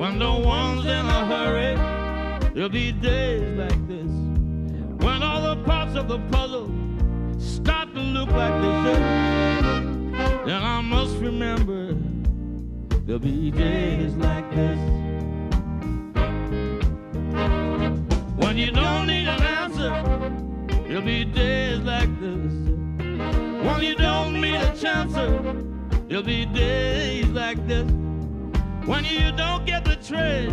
Speaker 5: When the one's in a hurry, there'll be days like this. When all the parts of the puzzle start to look like they should, then I must remember there'll be days like this. When you don't need an answer, there'll be days like this. When you don't need a chance, there'll be days like this. When you don't get the trade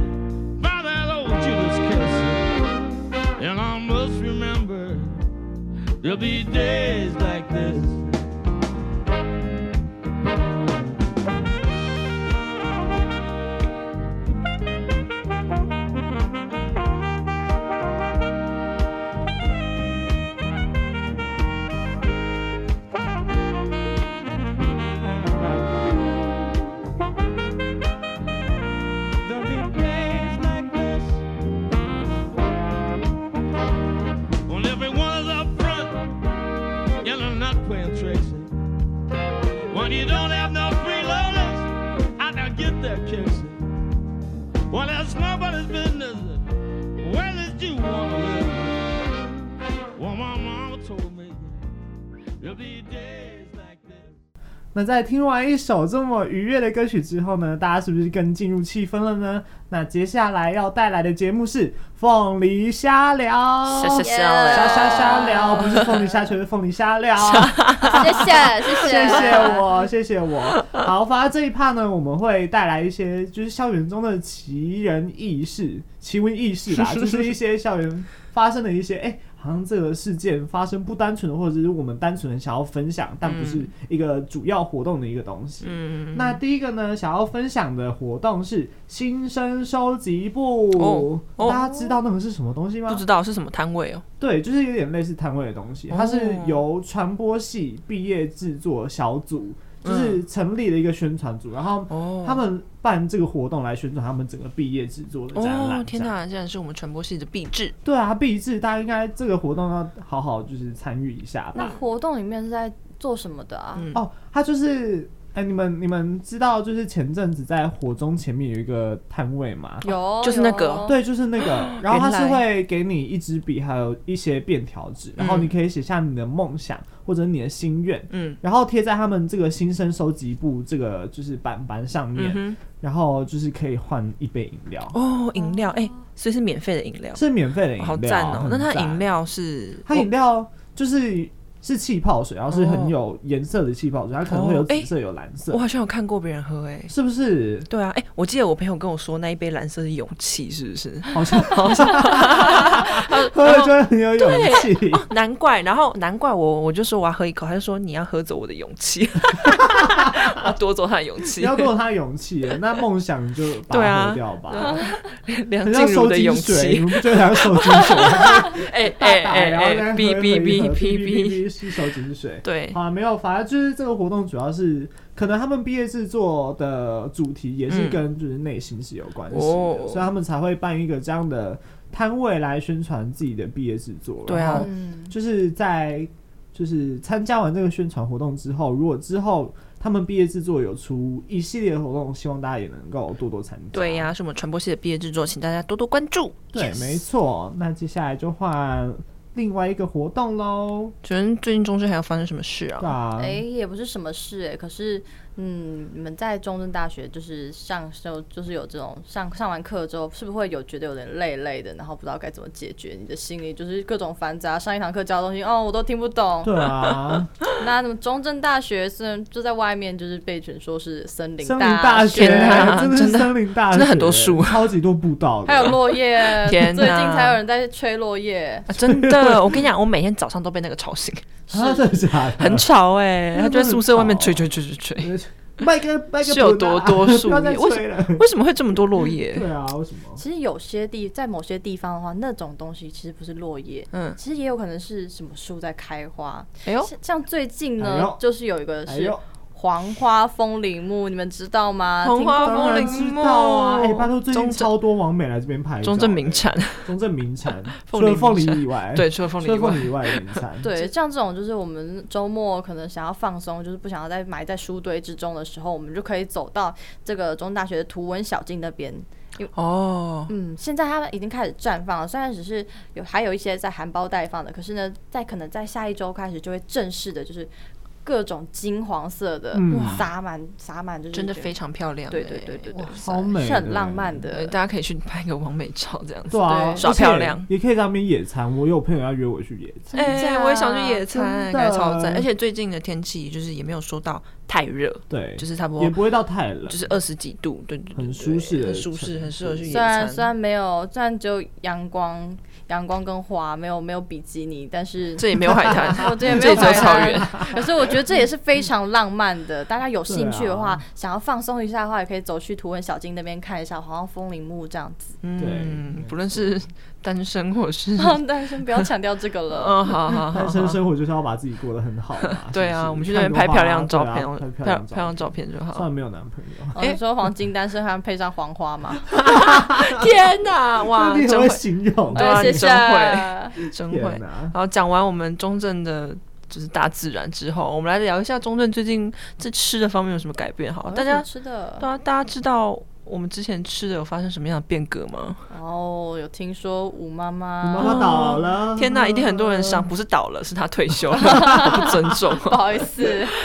Speaker 5: by that old Judas kiss. And I must remember there'll be days like this. There'll be days like this. When everyone is up front, and I'm not playing There'll be days like this.
Speaker 3: 那在听完一首这么愉悦的歌曲之后呢，大家是不是更进入气氛了呢？那接下来要带来的节目是凤梨虾聊，
Speaker 2: 笑笑笑
Speaker 1: 耶
Speaker 3: 虾
Speaker 2: 了，
Speaker 3: 虾虾 聊，不是凤梨虾球，是凤梨虾聊。
Speaker 1: 谢谢谢
Speaker 3: 谢
Speaker 1: 谢
Speaker 3: 谢我，谢谢我。好，反正这一趴呢，我们会带来一些就是校园中的奇人异事、奇闻异事 啦，就是一些校园发生的一些，哎、好像这个事件发生不单纯的，或者是我们单纯的想要分享，但不
Speaker 1: 嗯
Speaker 3: 是一个主要活动的一个东西。
Speaker 2: 嗯，
Speaker 3: 那第一个呢，想要分享的活动是新生收集部。
Speaker 2: 哦哦
Speaker 3: 大家知道那个是什么东西吗？
Speaker 2: 不知道是什么摊位哦，
Speaker 3: 对，就是有点类似摊位的东西，
Speaker 2: 哦
Speaker 3: 它是由传播系毕业制作小组，就是成立了一个宣传组，然后
Speaker 2: 哦，
Speaker 3: 他们办这个活动来宣传他们整个毕业制作的展览。
Speaker 2: 哦，天
Speaker 3: 哪！
Speaker 2: 哪，竟然是我们传播系的壁纸，
Speaker 3: 对啊，毕制大家应该这个活动要好好就是参与一下
Speaker 1: 那
Speaker 3: 吧。
Speaker 1: 活动里面是在做什么的啊？
Speaker 2: 嗯
Speaker 3: 哦，它就是。哎、你们你们知道，就是前阵子在火中前面有一个摊位吗？
Speaker 1: 有，
Speaker 2: 就是那
Speaker 1: 有
Speaker 2: 个，
Speaker 3: 对，就是那个， 然后它是
Speaker 2: 原来
Speaker 3: 会给你一支笔，还有一些便条纸，然后
Speaker 2: 嗯
Speaker 3: 你可以写下你的梦想或者你的心愿，
Speaker 2: 嗯
Speaker 3: 然后贴在他们这个新生收集部这个就是板板上面，
Speaker 2: 嗯
Speaker 3: 然后就是可以换一杯饮料，
Speaker 2: 哼，哦，饮料，哎，所以是免费的饮料，
Speaker 3: 是免费的饮料，啊
Speaker 2: 好赞哦
Speaker 3: 很，
Speaker 2: 那它
Speaker 3: 赞
Speaker 2: 饮，料是，
Speaker 3: 它饮料就是是气泡水，然后是很有颜色的气泡水，它可能会有
Speaker 2: 哦哎
Speaker 3: 紫色有蓝色，
Speaker 2: 我好像有看过别人喝，哎。
Speaker 3: 是不是？
Speaker 2: 对啊，哎、我记得我朋友跟我说那一杯蓝色是勇气，是不是？
Speaker 3: 好像好像 喝了就会很有勇气，
Speaker 2: 难怪，然后难怪我我就说我要喝一口，他就说你要喝走我的勇 气，我要夺走他的勇
Speaker 3: 你
Speaker 2: 气，
Speaker 3: 要过他的勇气耶，那梦想你就把
Speaker 2: 对
Speaker 3: 它
Speaker 2: 啊
Speaker 3: 喝掉吧。
Speaker 2: 梁
Speaker 3: 很像
Speaker 2: 静茹
Speaker 3: 收
Speaker 2: 的
Speaker 3: 金
Speaker 2: 勇
Speaker 3: 水，
Speaker 2: 气，
Speaker 3: 你 们不觉得像收金水吗？
Speaker 2: 哎
Speaker 3: 大
Speaker 2: 哎
Speaker 3: 打
Speaker 2: 哎
Speaker 3: 然后
Speaker 2: 哎，
Speaker 3: 在
Speaker 2: 哔哔哔
Speaker 3: 哔
Speaker 2: 哔哔，
Speaker 3: 哔是收金水。
Speaker 2: 对，
Speaker 3: 啊，没有，反正就是这个活动主要是，可能他们毕业制作的主题也是
Speaker 2: 嗯
Speaker 3: 跟就是内心是有关系的，
Speaker 2: 哦
Speaker 3: 所以他们才会办一个这样的摊位来宣传自己的毕业制作。
Speaker 2: 对啊
Speaker 3: 然后
Speaker 1: 嗯，
Speaker 3: 就是在就是参加完这个宣传活动之后，如果之后他们毕业制作有出一系列的活动，希望大家也能够多多参加。
Speaker 2: 对呀、、是我们传播系的毕业制作，请大家多多关注。
Speaker 3: 对，没错。那接下来就换另外一个活动喽，
Speaker 2: 请问最近中山还有发生什么事啊？
Speaker 3: 对啊，
Speaker 1: 哎、也不是什么事哎、可是，嗯，你们在中正大学就是上周就是有这种上上完课之后，是不是会有觉得有点累累的，然后不知道该怎么解决？你的心里就是各种繁杂，上一堂课教的东西哦，我都听不懂。
Speaker 3: 对啊，
Speaker 1: 那那么中正大学虽然就在外面，就是被人说是森林
Speaker 3: 森林
Speaker 1: 大啊
Speaker 3: 大学，
Speaker 2: 天 哪
Speaker 3: 真的是
Speaker 2: 啊真的
Speaker 3: 森林大学，
Speaker 2: 真的很多树
Speaker 3: 超级多步道的，啊
Speaker 1: 还有落叶，最
Speaker 2: 天
Speaker 1: 近
Speaker 2: 哪
Speaker 1: 才有人在吹落叶。
Speaker 2: 啊真的，我跟你讲，我每天早上都被那个吵醒，
Speaker 3: 啊，真的假的？
Speaker 2: 很吵哎、
Speaker 3: 那
Speaker 2: 他就在
Speaker 3: 真的
Speaker 2: 宿舍外面
Speaker 3: 吵
Speaker 2: 吹吹吹吹吹。
Speaker 3: 麦克麦克
Speaker 2: 是有多多树
Speaker 3: 不要再
Speaker 2: 叶为什
Speaker 3: 吹了。
Speaker 2: 为什么会这么多落叶？
Speaker 3: 对啊，为什么？
Speaker 1: 其实有些地在某些地方的话，那种东西其实不是落叶，
Speaker 2: 嗯，
Speaker 1: 其实也有可能是什么树在开花。
Speaker 2: 哎呦，
Speaker 1: 像像最近
Speaker 3: 哎
Speaker 1: 呢
Speaker 3: 呦，
Speaker 1: 就是有一个
Speaker 3: 哎
Speaker 1: 是
Speaker 3: 呦，
Speaker 1: 黄花风铃木，你们知道吗？
Speaker 2: 黄花
Speaker 1: 听
Speaker 2: 风铃
Speaker 3: 当然啊知道啊！
Speaker 2: 梦
Speaker 3: 哎，拜托，最近
Speaker 2: 中正
Speaker 3: 超多网美来这边拍照
Speaker 2: 中正名产，
Speaker 3: 中正名产，除
Speaker 2: 凤梨
Speaker 3: 了凤
Speaker 2: 名
Speaker 3: 梨
Speaker 2: 产
Speaker 3: 以外，
Speaker 2: 对，除了凤
Speaker 3: 除了
Speaker 2: 梨
Speaker 3: 凤
Speaker 2: 外，
Speaker 3: 梨以外的名产，
Speaker 1: 对，像这种就是我们周末可能想要放松，就是不想要再埋在书堆之中的时候，我们就可以走到这个中大学的图文小径那边。
Speaker 2: 哦，
Speaker 1: 嗯，现在它们已经开始绽放了，虽然只是有还有一些在含苞待放的，可是呢，在可能在下一周开始就会正式的，就是各种金黄色的
Speaker 3: 嗯
Speaker 1: 洒满洒满，就是
Speaker 2: 真的
Speaker 1: 觉得
Speaker 2: 非常漂亮欸，
Speaker 1: 对对对对对，
Speaker 3: 好美，
Speaker 1: 是很浪漫。的
Speaker 2: 对，。大家可以去拍个完美照这样子
Speaker 3: 对。啊，
Speaker 1: 对
Speaker 2: 耍
Speaker 3: 而且
Speaker 2: 漂亮
Speaker 3: 也可以在那边野餐。我有朋友要约我去野餐，
Speaker 1: 真
Speaker 2: 哎、
Speaker 1: 假
Speaker 2: 我也想去野餐，
Speaker 3: 真的
Speaker 2: 感觉超赞。而且最近的天气就是也没有说到太热，
Speaker 3: 对，
Speaker 2: 就是差不
Speaker 3: 也
Speaker 2: 多
Speaker 3: 不会到太冷
Speaker 2: 就。是二十几度，对对对，
Speaker 3: 很
Speaker 2: 对
Speaker 3: 舒适的
Speaker 2: 很舒
Speaker 3: 程
Speaker 2: 适，
Speaker 3: 度
Speaker 2: 很适合去野
Speaker 1: 虽然
Speaker 2: 餐。
Speaker 1: 虽然没有，虽然只有阳光、阳光跟花，没有没有比基尼，但是
Speaker 2: 这也没有海滩，
Speaker 1: 我这也没
Speaker 2: 这
Speaker 1: 有
Speaker 2: 也只有
Speaker 1: 海
Speaker 2: 草
Speaker 1: 滩
Speaker 2: 原。
Speaker 1: 可是我觉得这也是非常浪漫的。大家有兴趣的话，
Speaker 3: 对啊
Speaker 1: 想要放松一下的话，也可以走去图文小径那边看一下，好像风铃木这样子。
Speaker 2: 嗯，不论是单身 或是，
Speaker 1: 但是不要强调这个了。
Speaker 2: 嗯，好好好
Speaker 3: 单，身生活就是要把自己过得很好嘛。
Speaker 2: 对啊，
Speaker 3: 是不是
Speaker 2: 我们去那边拍漂亮照片，
Speaker 3: 看
Speaker 2: 漂
Speaker 3: 个花对啊拍
Speaker 2: 漂
Speaker 3: 漂
Speaker 2: 亮
Speaker 3: 亮照
Speaker 2: 照片就
Speaker 3: 片。
Speaker 2: 好
Speaker 3: 虽。然没有男朋友，
Speaker 1: 哦、你说黄金单身还配上黄花 嘛？
Speaker 2: 天哪，哇，
Speaker 3: 那你
Speaker 2: 真
Speaker 3: 很会
Speaker 2: 会
Speaker 3: 形容，哎
Speaker 2: 对啊
Speaker 1: 谢
Speaker 2: 你
Speaker 1: 谢
Speaker 2: 真。会真会
Speaker 3: 天。哪！
Speaker 2: 好，讲完我们中正的，就是大自然之后，我们来聊一下中正最近在吃的方面有什么改变好了。大
Speaker 1: 我
Speaker 2: 家
Speaker 1: 想吃的
Speaker 2: 对啊，大家知道我们之前吃的有发生什么样的变革吗？
Speaker 1: 哦，有听说吴妈
Speaker 3: 妈
Speaker 1: 妈，
Speaker 3: 妈倒了，
Speaker 2: 天哪，一定很多人伤，不是倒了，是他退休了，我不尊重。哦
Speaker 1: 不好意思，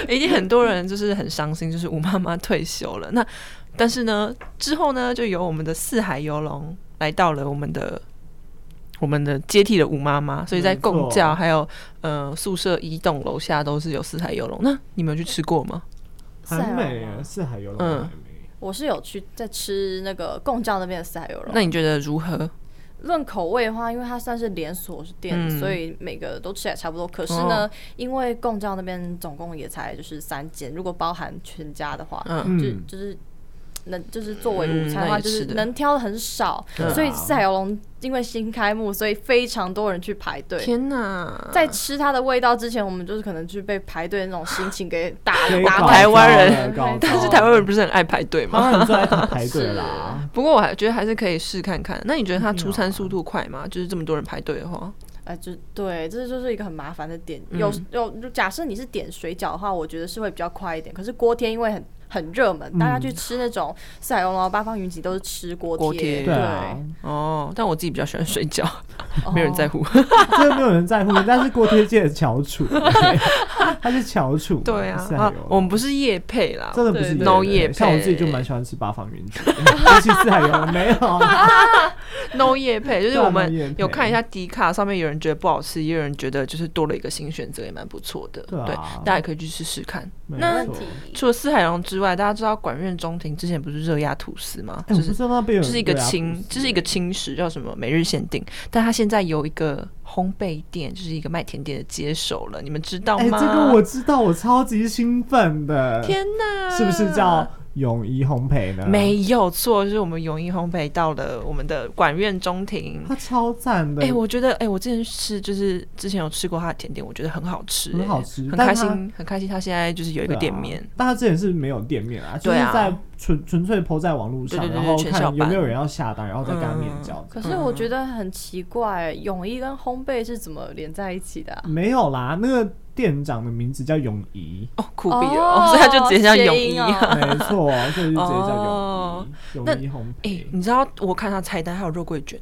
Speaker 2: 一定很多人就是很伤心，就是吴妈妈退休了。那但是呢，之后呢，就由我们的四海游龙来到了我们的我们的接替了吴妈妈，所以在
Speaker 3: 没错
Speaker 2: 共教还有呃宿舍一栋楼下都是有四海游龙。那你们有去吃过吗？
Speaker 3: 还美
Speaker 1: 塞尔
Speaker 3: 耶
Speaker 1: 吗
Speaker 3: 是还有
Speaker 2: 嗯
Speaker 3: 龙还美，
Speaker 1: 我是有去在吃那个贡教那边的塞油肉。
Speaker 2: 那你觉得如何？
Speaker 1: 论口味的话，因为它算是连锁店，
Speaker 2: 嗯哦
Speaker 1: 所以每个都吃起来差不多。可是呢，因为贡教那边总共也才就是三间，如果包含全家的话，
Speaker 2: 嗯，
Speaker 1: 就
Speaker 3: 嗯，
Speaker 1: 就是能就是作为午餐的
Speaker 2: 嗯那
Speaker 1: 话，
Speaker 2: 也
Speaker 1: 就是
Speaker 2: 是的嗯
Speaker 1: 能挑的很少。
Speaker 3: 对啊
Speaker 1: 所以四海游龙因为新开幕，所以非常多人去排队。
Speaker 2: 天哪，
Speaker 1: 在吃它的味道之前，我们就是可能去被排队的那种心情给打
Speaker 3: 给
Speaker 1: 打
Speaker 3: 搞
Speaker 1: 败
Speaker 2: 台湾人
Speaker 1: 了
Speaker 3: 搞
Speaker 1: 没错
Speaker 2: 但是台湾人不是很爱排队吗？
Speaker 3: 台湾 人最爱排队啦，
Speaker 2: 不过我还觉得还是可以试看看。那你觉得它出餐
Speaker 3: 嗯
Speaker 2: 速度快吗？就是这么多人排队的话，
Speaker 1: 哎，就对，这就是一个很麻烦的点。
Speaker 2: 嗯
Speaker 1: 有有，就假设你是点水饺的话，我觉得是会比较快一点。可是锅贴因为很很热门，大家去吃那种四海龙龙、八方云集都是吃锅
Speaker 2: 嗯锅贴
Speaker 1: 对，
Speaker 3: 对啊，
Speaker 2: 哦，但我自己比较喜欢睡觉，
Speaker 1: 哦
Speaker 2: 没有人在乎。
Speaker 3: 真的没有人在乎，但是锅贴界的 翘楚，对他是翘楚，
Speaker 2: 对啊
Speaker 3: 是，还
Speaker 2: 啊
Speaker 3: 有，
Speaker 2: 我们不是夜配啦，
Speaker 3: 真的不是
Speaker 2: 对 no
Speaker 3: 夜
Speaker 2: 夜配，
Speaker 3: 配像我自己就蛮喜欢吃八方云集的，尤其是还有啊没有 啦
Speaker 2: no 夜 配，就是
Speaker 3: 对啊
Speaker 2: 我
Speaker 3: no 业配
Speaker 2: 们有看一下迪卡上面有人觉得不好吃，也有人觉得就是多了一个新选择，也蛮不错的，
Speaker 3: 对啊
Speaker 2: 大家也可以去试试看。
Speaker 3: 没
Speaker 1: 没
Speaker 2: 那
Speaker 1: 问
Speaker 3: 错
Speaker 1: 题。
Speaker 2: 除了四海龙之外，大家知道管院中庭之前不是热压吐司吗？
Speaker 3: 哎，
Speaker 2: 就
Speaker 3: 我不
Speaker 2: 是
Speaker 3: 知道那边有
Speaker 2: 就
Speaker 3: 人
Speaker 2: 是一个
Speaker 3: 对啊
Speaker 2: 轻，就是一个轻食，叫什么每日限定，但它现在有一个烘焙店，就是一个卖甜点的接手了，你们知道
Speaker 3: 哎，
Speaker 2: 吗？
Speaker 3: 这个我知道，我超级兴奋的，
Speaker 2: 天哪，
Speaker 3: 是不是叫泳衣烘焙呢？
Speaker 2: 没有错，就是我们永益烘焙到了我们的管院中庭。
Speaker 3: 它超赞的，
Speaker 2: 哎、我觉得，哎、我之前吃就是之前有吃过它的甜点，我觉得很好吃、
Speaker 3: 很
Speaker 2: 哎
Speaker 3: 好吃
Speaker 2: 很
Speaker 3: 但
Speaker 2: 开
Speaker 3: 它
Speaker 2: 心，很开心。它现在就是有一
Speaker 3: 一
Speaker 2: 个店面，
Speaker 3: 啊但它之前是没有店面啊，就是
Speaker 2: 对啊
Speaker 3: 在纯纯粹抛在网络上，
Speaker 2: 对对对
Speaker 3: 然后
Speaker 2: 全校版
Speaker 3: 看有没有人要下单，然后再跟他面交。
Speaker 1: 可是
Speaker 2: 嗯
Speaker 1: 我觉得很奇怪，泳衣跟烘焙是怎么连在一起的啊？
Speaker 2: 嗯
Speaker 3: 没有啦，那个店长的名字叫泳仪，
Speaker 2: 哦，酷毙了、所以它就直接叫
Speaker 1: 谐
Speaker 2: 泳
Speaker 1: 音
Speaker 2: 衣。啊
Speaker 1: 哦
Speaker 3: 没错，所以就直接叫
Speaker 2: 哦
Speaker 3: 泳
Speaker 2: 那
Speaker 3: 衣，泳衣烘
Speaker 2: 哎、
Speaker 3: 焙。
Speaker 2: 你知道我看他菜单还有肉桂卷，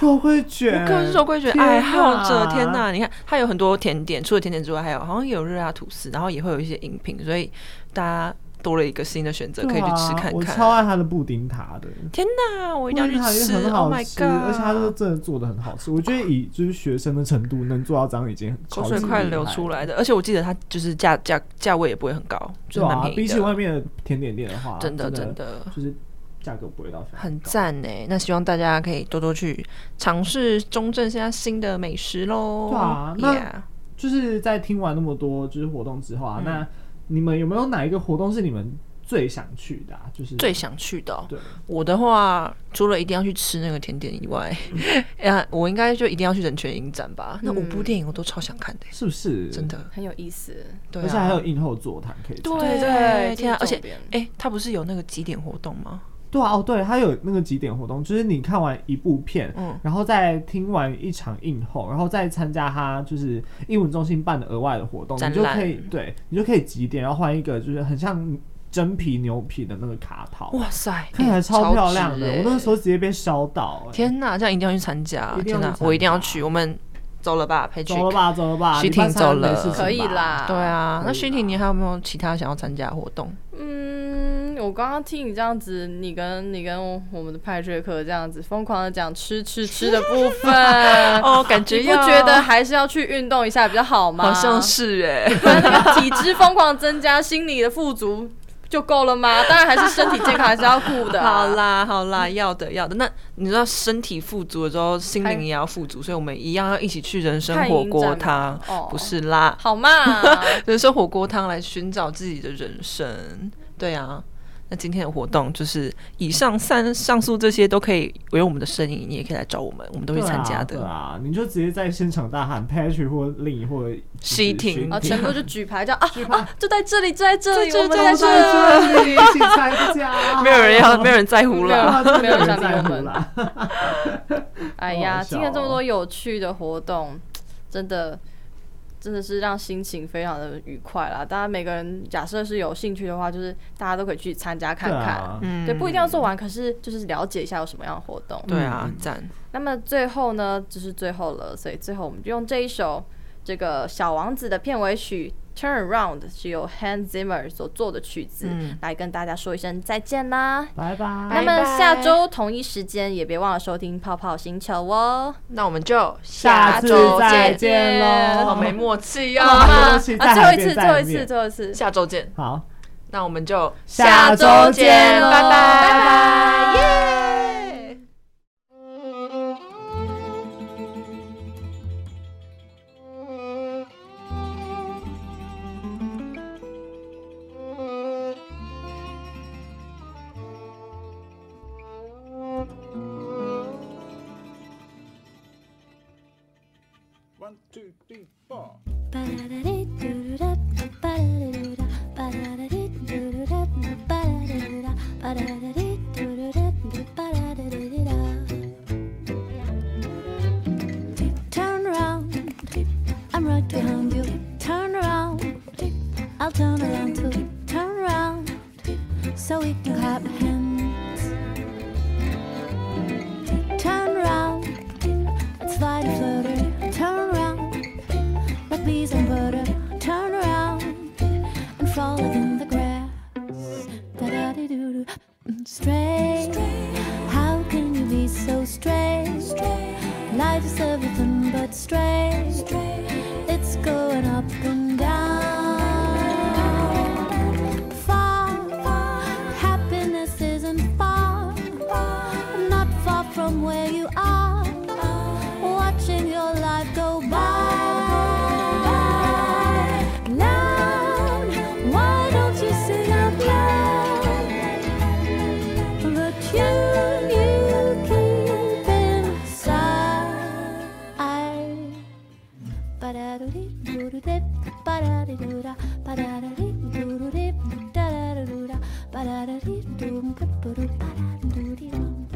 Speaker 3: 肉桂卷，
Speaker 2: 我个人是肉桂卷
Speaker 3: 天
Speaker 2: 爱好者，天
Speaker 3: 哪！
Speaker 2: 哪！你看它有很多甜点，除了甜点之外，还有好像也有热辣吐司，然后也会有一些饮品，所以大家多了一个新的选择，可以去吃
Speaker 3: 对啊
Speaker 2: 看
Speaker 3: 我
Speaker 2: 看。
Speaker 3: 超爱它的布丁塔的，
Speaker 2: 天哪，我
Speaker 3: 布
Speaker 2: 一定要
Speaker 3: 丁
Speaker 2: 去
Speaker 3: 塔也
Speaker 2: 吃
Speaker 3: 很
Speaker 2: ！Oh
Speaker 3: 好
Speaker 2: my
Speaker 3: 吃，
Speaker 2: god！
Speaker 3: 而且它是真的做的很好吃。我觉得以就是学生的程度能做到这样已经很超
Speaker 2: 口
Speaker 3: 级
Speaker 2: 水快
Speaker 3: 厉
Speaker 2: 流
Speaker 3: 害
Speaker 2: 出来的，而且我记得它就是价价价位也不会很高，就
Speaker 3: 对
Speaker 2: 是蛮
Speaker 3: 啊，
Speaker 2: 便
Speaker 3: 比
Speaker 2: 宜
Speaker 3: 起
Speaker 2: 的，
Speaker 3: 外面的甜点店的话，
Speaker 2: 真的
Speaker 3: 真
Speaker 2: 真，的
Speaker 3: 就是价格不会到非常
Speaker 2: 很
Speaker 3: 高。
Speaker 2: 赞呢。那希望大家可以多多去尝试中正现在新的美食喽。
Speaker 3: 对啊那
Speaker 2: Yeah
Speaker 3: 就是在听完那么多就是活动之后啊，
Speaker 2: 嗯
Speaker 3: 那你们有没有哪一个活动是你们最想去的、啊？就是
Speaker 2: 最想去的哦、
Speaker 3: 对
Speaker 2: 我的话，除了一定要去吃那个甜点以外，
Speaker 3: 嗯
Speaker 2: 呀，我应该就一定要去人权影展吧。那五部电影我都超想看的、
Speaker 3: 是不嗯是
Speaker 2: 真？的。
Speaker 1: 很有意思。
Speaker 2: 对、啊，
Speaker 3: 而且还有映后座谈可以参加
Speaker 2: 对
Speaker 1: 对
Speaker 2: 天啊！
Speaker 1: 这
Speaker 2: 而
Speaker 1: 是
Speaker 2: 且
Speaker 1: 重点
Speaker 2: 哎、他不是有那个几点活动吗？
Speaker 3: 对啊，哦对，它有那个几点活动，就是你看完一部片，
Speaker 2: 嗯
Speaker 3: 然后再听完一场映后，然后再参加它就是艺文中心办的额外的活动，
Speaker 2: 展
Speaker 3: 你就
Speaker 2: 览
Speaker 3: 可以对你就可以几点，然后换一个就是很像真皮牛皮的那个卡套，
Speaker 2: 哇塞，
Speaker 3: 看起
Speaker 2: 哎
Speaker 3: 来超漂亮
Speaker 2: 值
Speaker 3: 的，
Speaker 2: 哎
Speaker 3: 我那个时候直接被烧到、欸，
Speaker 2: 天哪，这样一定要去参加！
Speaker 3: 一定
Speaker 2: 天
Speaker 3: 要去
Speaker 2: 哪
Speaker 3: 参，加
Speaker 2: 我一定要去。我们走了吧，培去。
Speaker 3: 走了吧，哎走了吧，
Speaker 2: 徐
Speaker 3: 礼拜
Speaker 2: 婷
Speaker 3: 三
Speaker 2: 走了
Speaker 3: 没事情吧
Speaker 1: 可以啦
Speaker 2: 对啊，
Speaker 3: 可以
Speaker 2: 那
Speaker 3: 啦
Speaker 2: 徐婷，你还有没有其他想要参加的活 动？，
Speaker 1: 嗯，我刚刚听你这样子，你跟你跟我们的派瑞克这样子疯狂的讲吃吃吃的部分
Speaker 2: 哦，感觉
Speaker 1: 你不觉得还是要去运动一下比较好吗？
Speaker 2: 好像是哎、
Speaker 1: 不然那个体脂疯狂增加，心理的富足就够了吗？当然还是身体健康还是要顾的、
Speaker 2: 好， 啦好啦，要的要的。那你知道身体富足了之后，心灵也要富足，所以我们一样要一起去人参火锅汤
Speaker 1: 看影展嘛哦，
Speaker 2: 不是啦，
Speaker 1: 好 嘛，啊
Speaker 2: 人参火锅汤来寻找自己的人生。对啊，那今天的活动就是以上三上述这些都可以有我们的身影，你也可以来找我们，我们都会
Speaker 3: 对
Speaker 2: 参加
Speaker 3: 啊，对
Speaker 2: 的。
Speaker 3: 啊，你就直接在现场大喊 Patrick 或 Lee 或者
Speaker 2: 西婷
Speaker 1: 然后
Speaker 2: 啊
Speaker 1: 全部就举牌叫啊啊，就在这里，就在这里，
Speaker 2: 就
Speaker 1: 我们
Speaker 2: 就在
Speaker 1: 在
Speaker 3: 在
Speaker 1: 这里。
Speaker 3: 这里一起参加，
Speaker 2: 没有人要，哦没有人在乎
Speaker 1: 没有
Speaker 2: 啦。
Speaker 1: 人
Speaker 3: 没有人在
Speaker 1: 没有
Speaker 3: 乎
Speaker 1: 人
Speaker 3: 啦。
Speaker 1: 哎
Speaker 3: 好
Speaker 1: 呀，
Speaker 3: 好笑
Speaker 1: 听了这么
Speaker 3: 哦
Speaker 1: 多有趣的活动，真的真的是让心情非常的愉快啦。大家每个人假设是有兴趣的话，就是大家都可以去参加看
Speaker 3: 对
Speaker 1: 看。
Speaker 3: 啊，
Speaker 2: 嗯
Speaker 1: 对，不一定要做完，可是就是了解一下有什么样的活动。
Speaker 2: 对啊，赞，
Speaker 1: 那么最后呢，就是最后了，所以最后我们就用这一首这个《小王子》的片尾曲《Turn Around》是由 Hans Zimmer 所做的曲子，
Speaker 2: 嗯
Speaker 1: 来跟大家说一声再见啦。
Speaker 3: 拜拜。
Speaker 1: 那么下周同一时间也别忘了收听《泡泡星球》哦。
Speaker 2: 那我们就
Speaker 3: 下次
Speaker 2: 周
Speaker 3: 再
Speaker 2: 见，
Speaker 3: 见哦喽，
Speaker 2: 好没默契
Speaker 3: 好
Speaker 2: 啊！
Speaker 3: 没默契
Speaker 1: 啊，最
Speaker 3: 再
Speaker 1: 后
Speaker 3: 喊
Speaker 1: 一次，
Speaker 3: 遍
Speaker 1: 最后一次，
Speaker 3: 再喊遍
Speaker 1: 最后一次，
Speaker 2: 下周见，
Speaker 3: 好，
Speaker 2: 那我们就
Speaker 3: 下周见
Speaker 2: 拜
Speaker 1: 拜
Speaker 2: 拜，
Speaker 1: 拜
Speaker 2: 耶！
Speaker 6: One, two, three, four.
Speaker 7: Turn around, I'm right behind you. Turn around, I'll turn around too. Turn around, so we can clap hands. Turn around, it's fine and flirty. Turn around, like bees and butter. Turn around and fall in the grass. Da da dee doo doo. Stray, how can you be so stray? Life is everything but stray. It's going up and down. Far, happiness isn't far. Not far from where you are. Watching your life go by. Loud, why don't you sing out loud? The tune you keep inside. Ba-da-do-dee-doo-doo-dip, ba-da-dee-doo-da, ba-da-da-dee-doo-doo-dip, da-da-da-doo-da, ba-da-da-dee-doo-dip-ba-doo, ba-da-doo-dee-dum.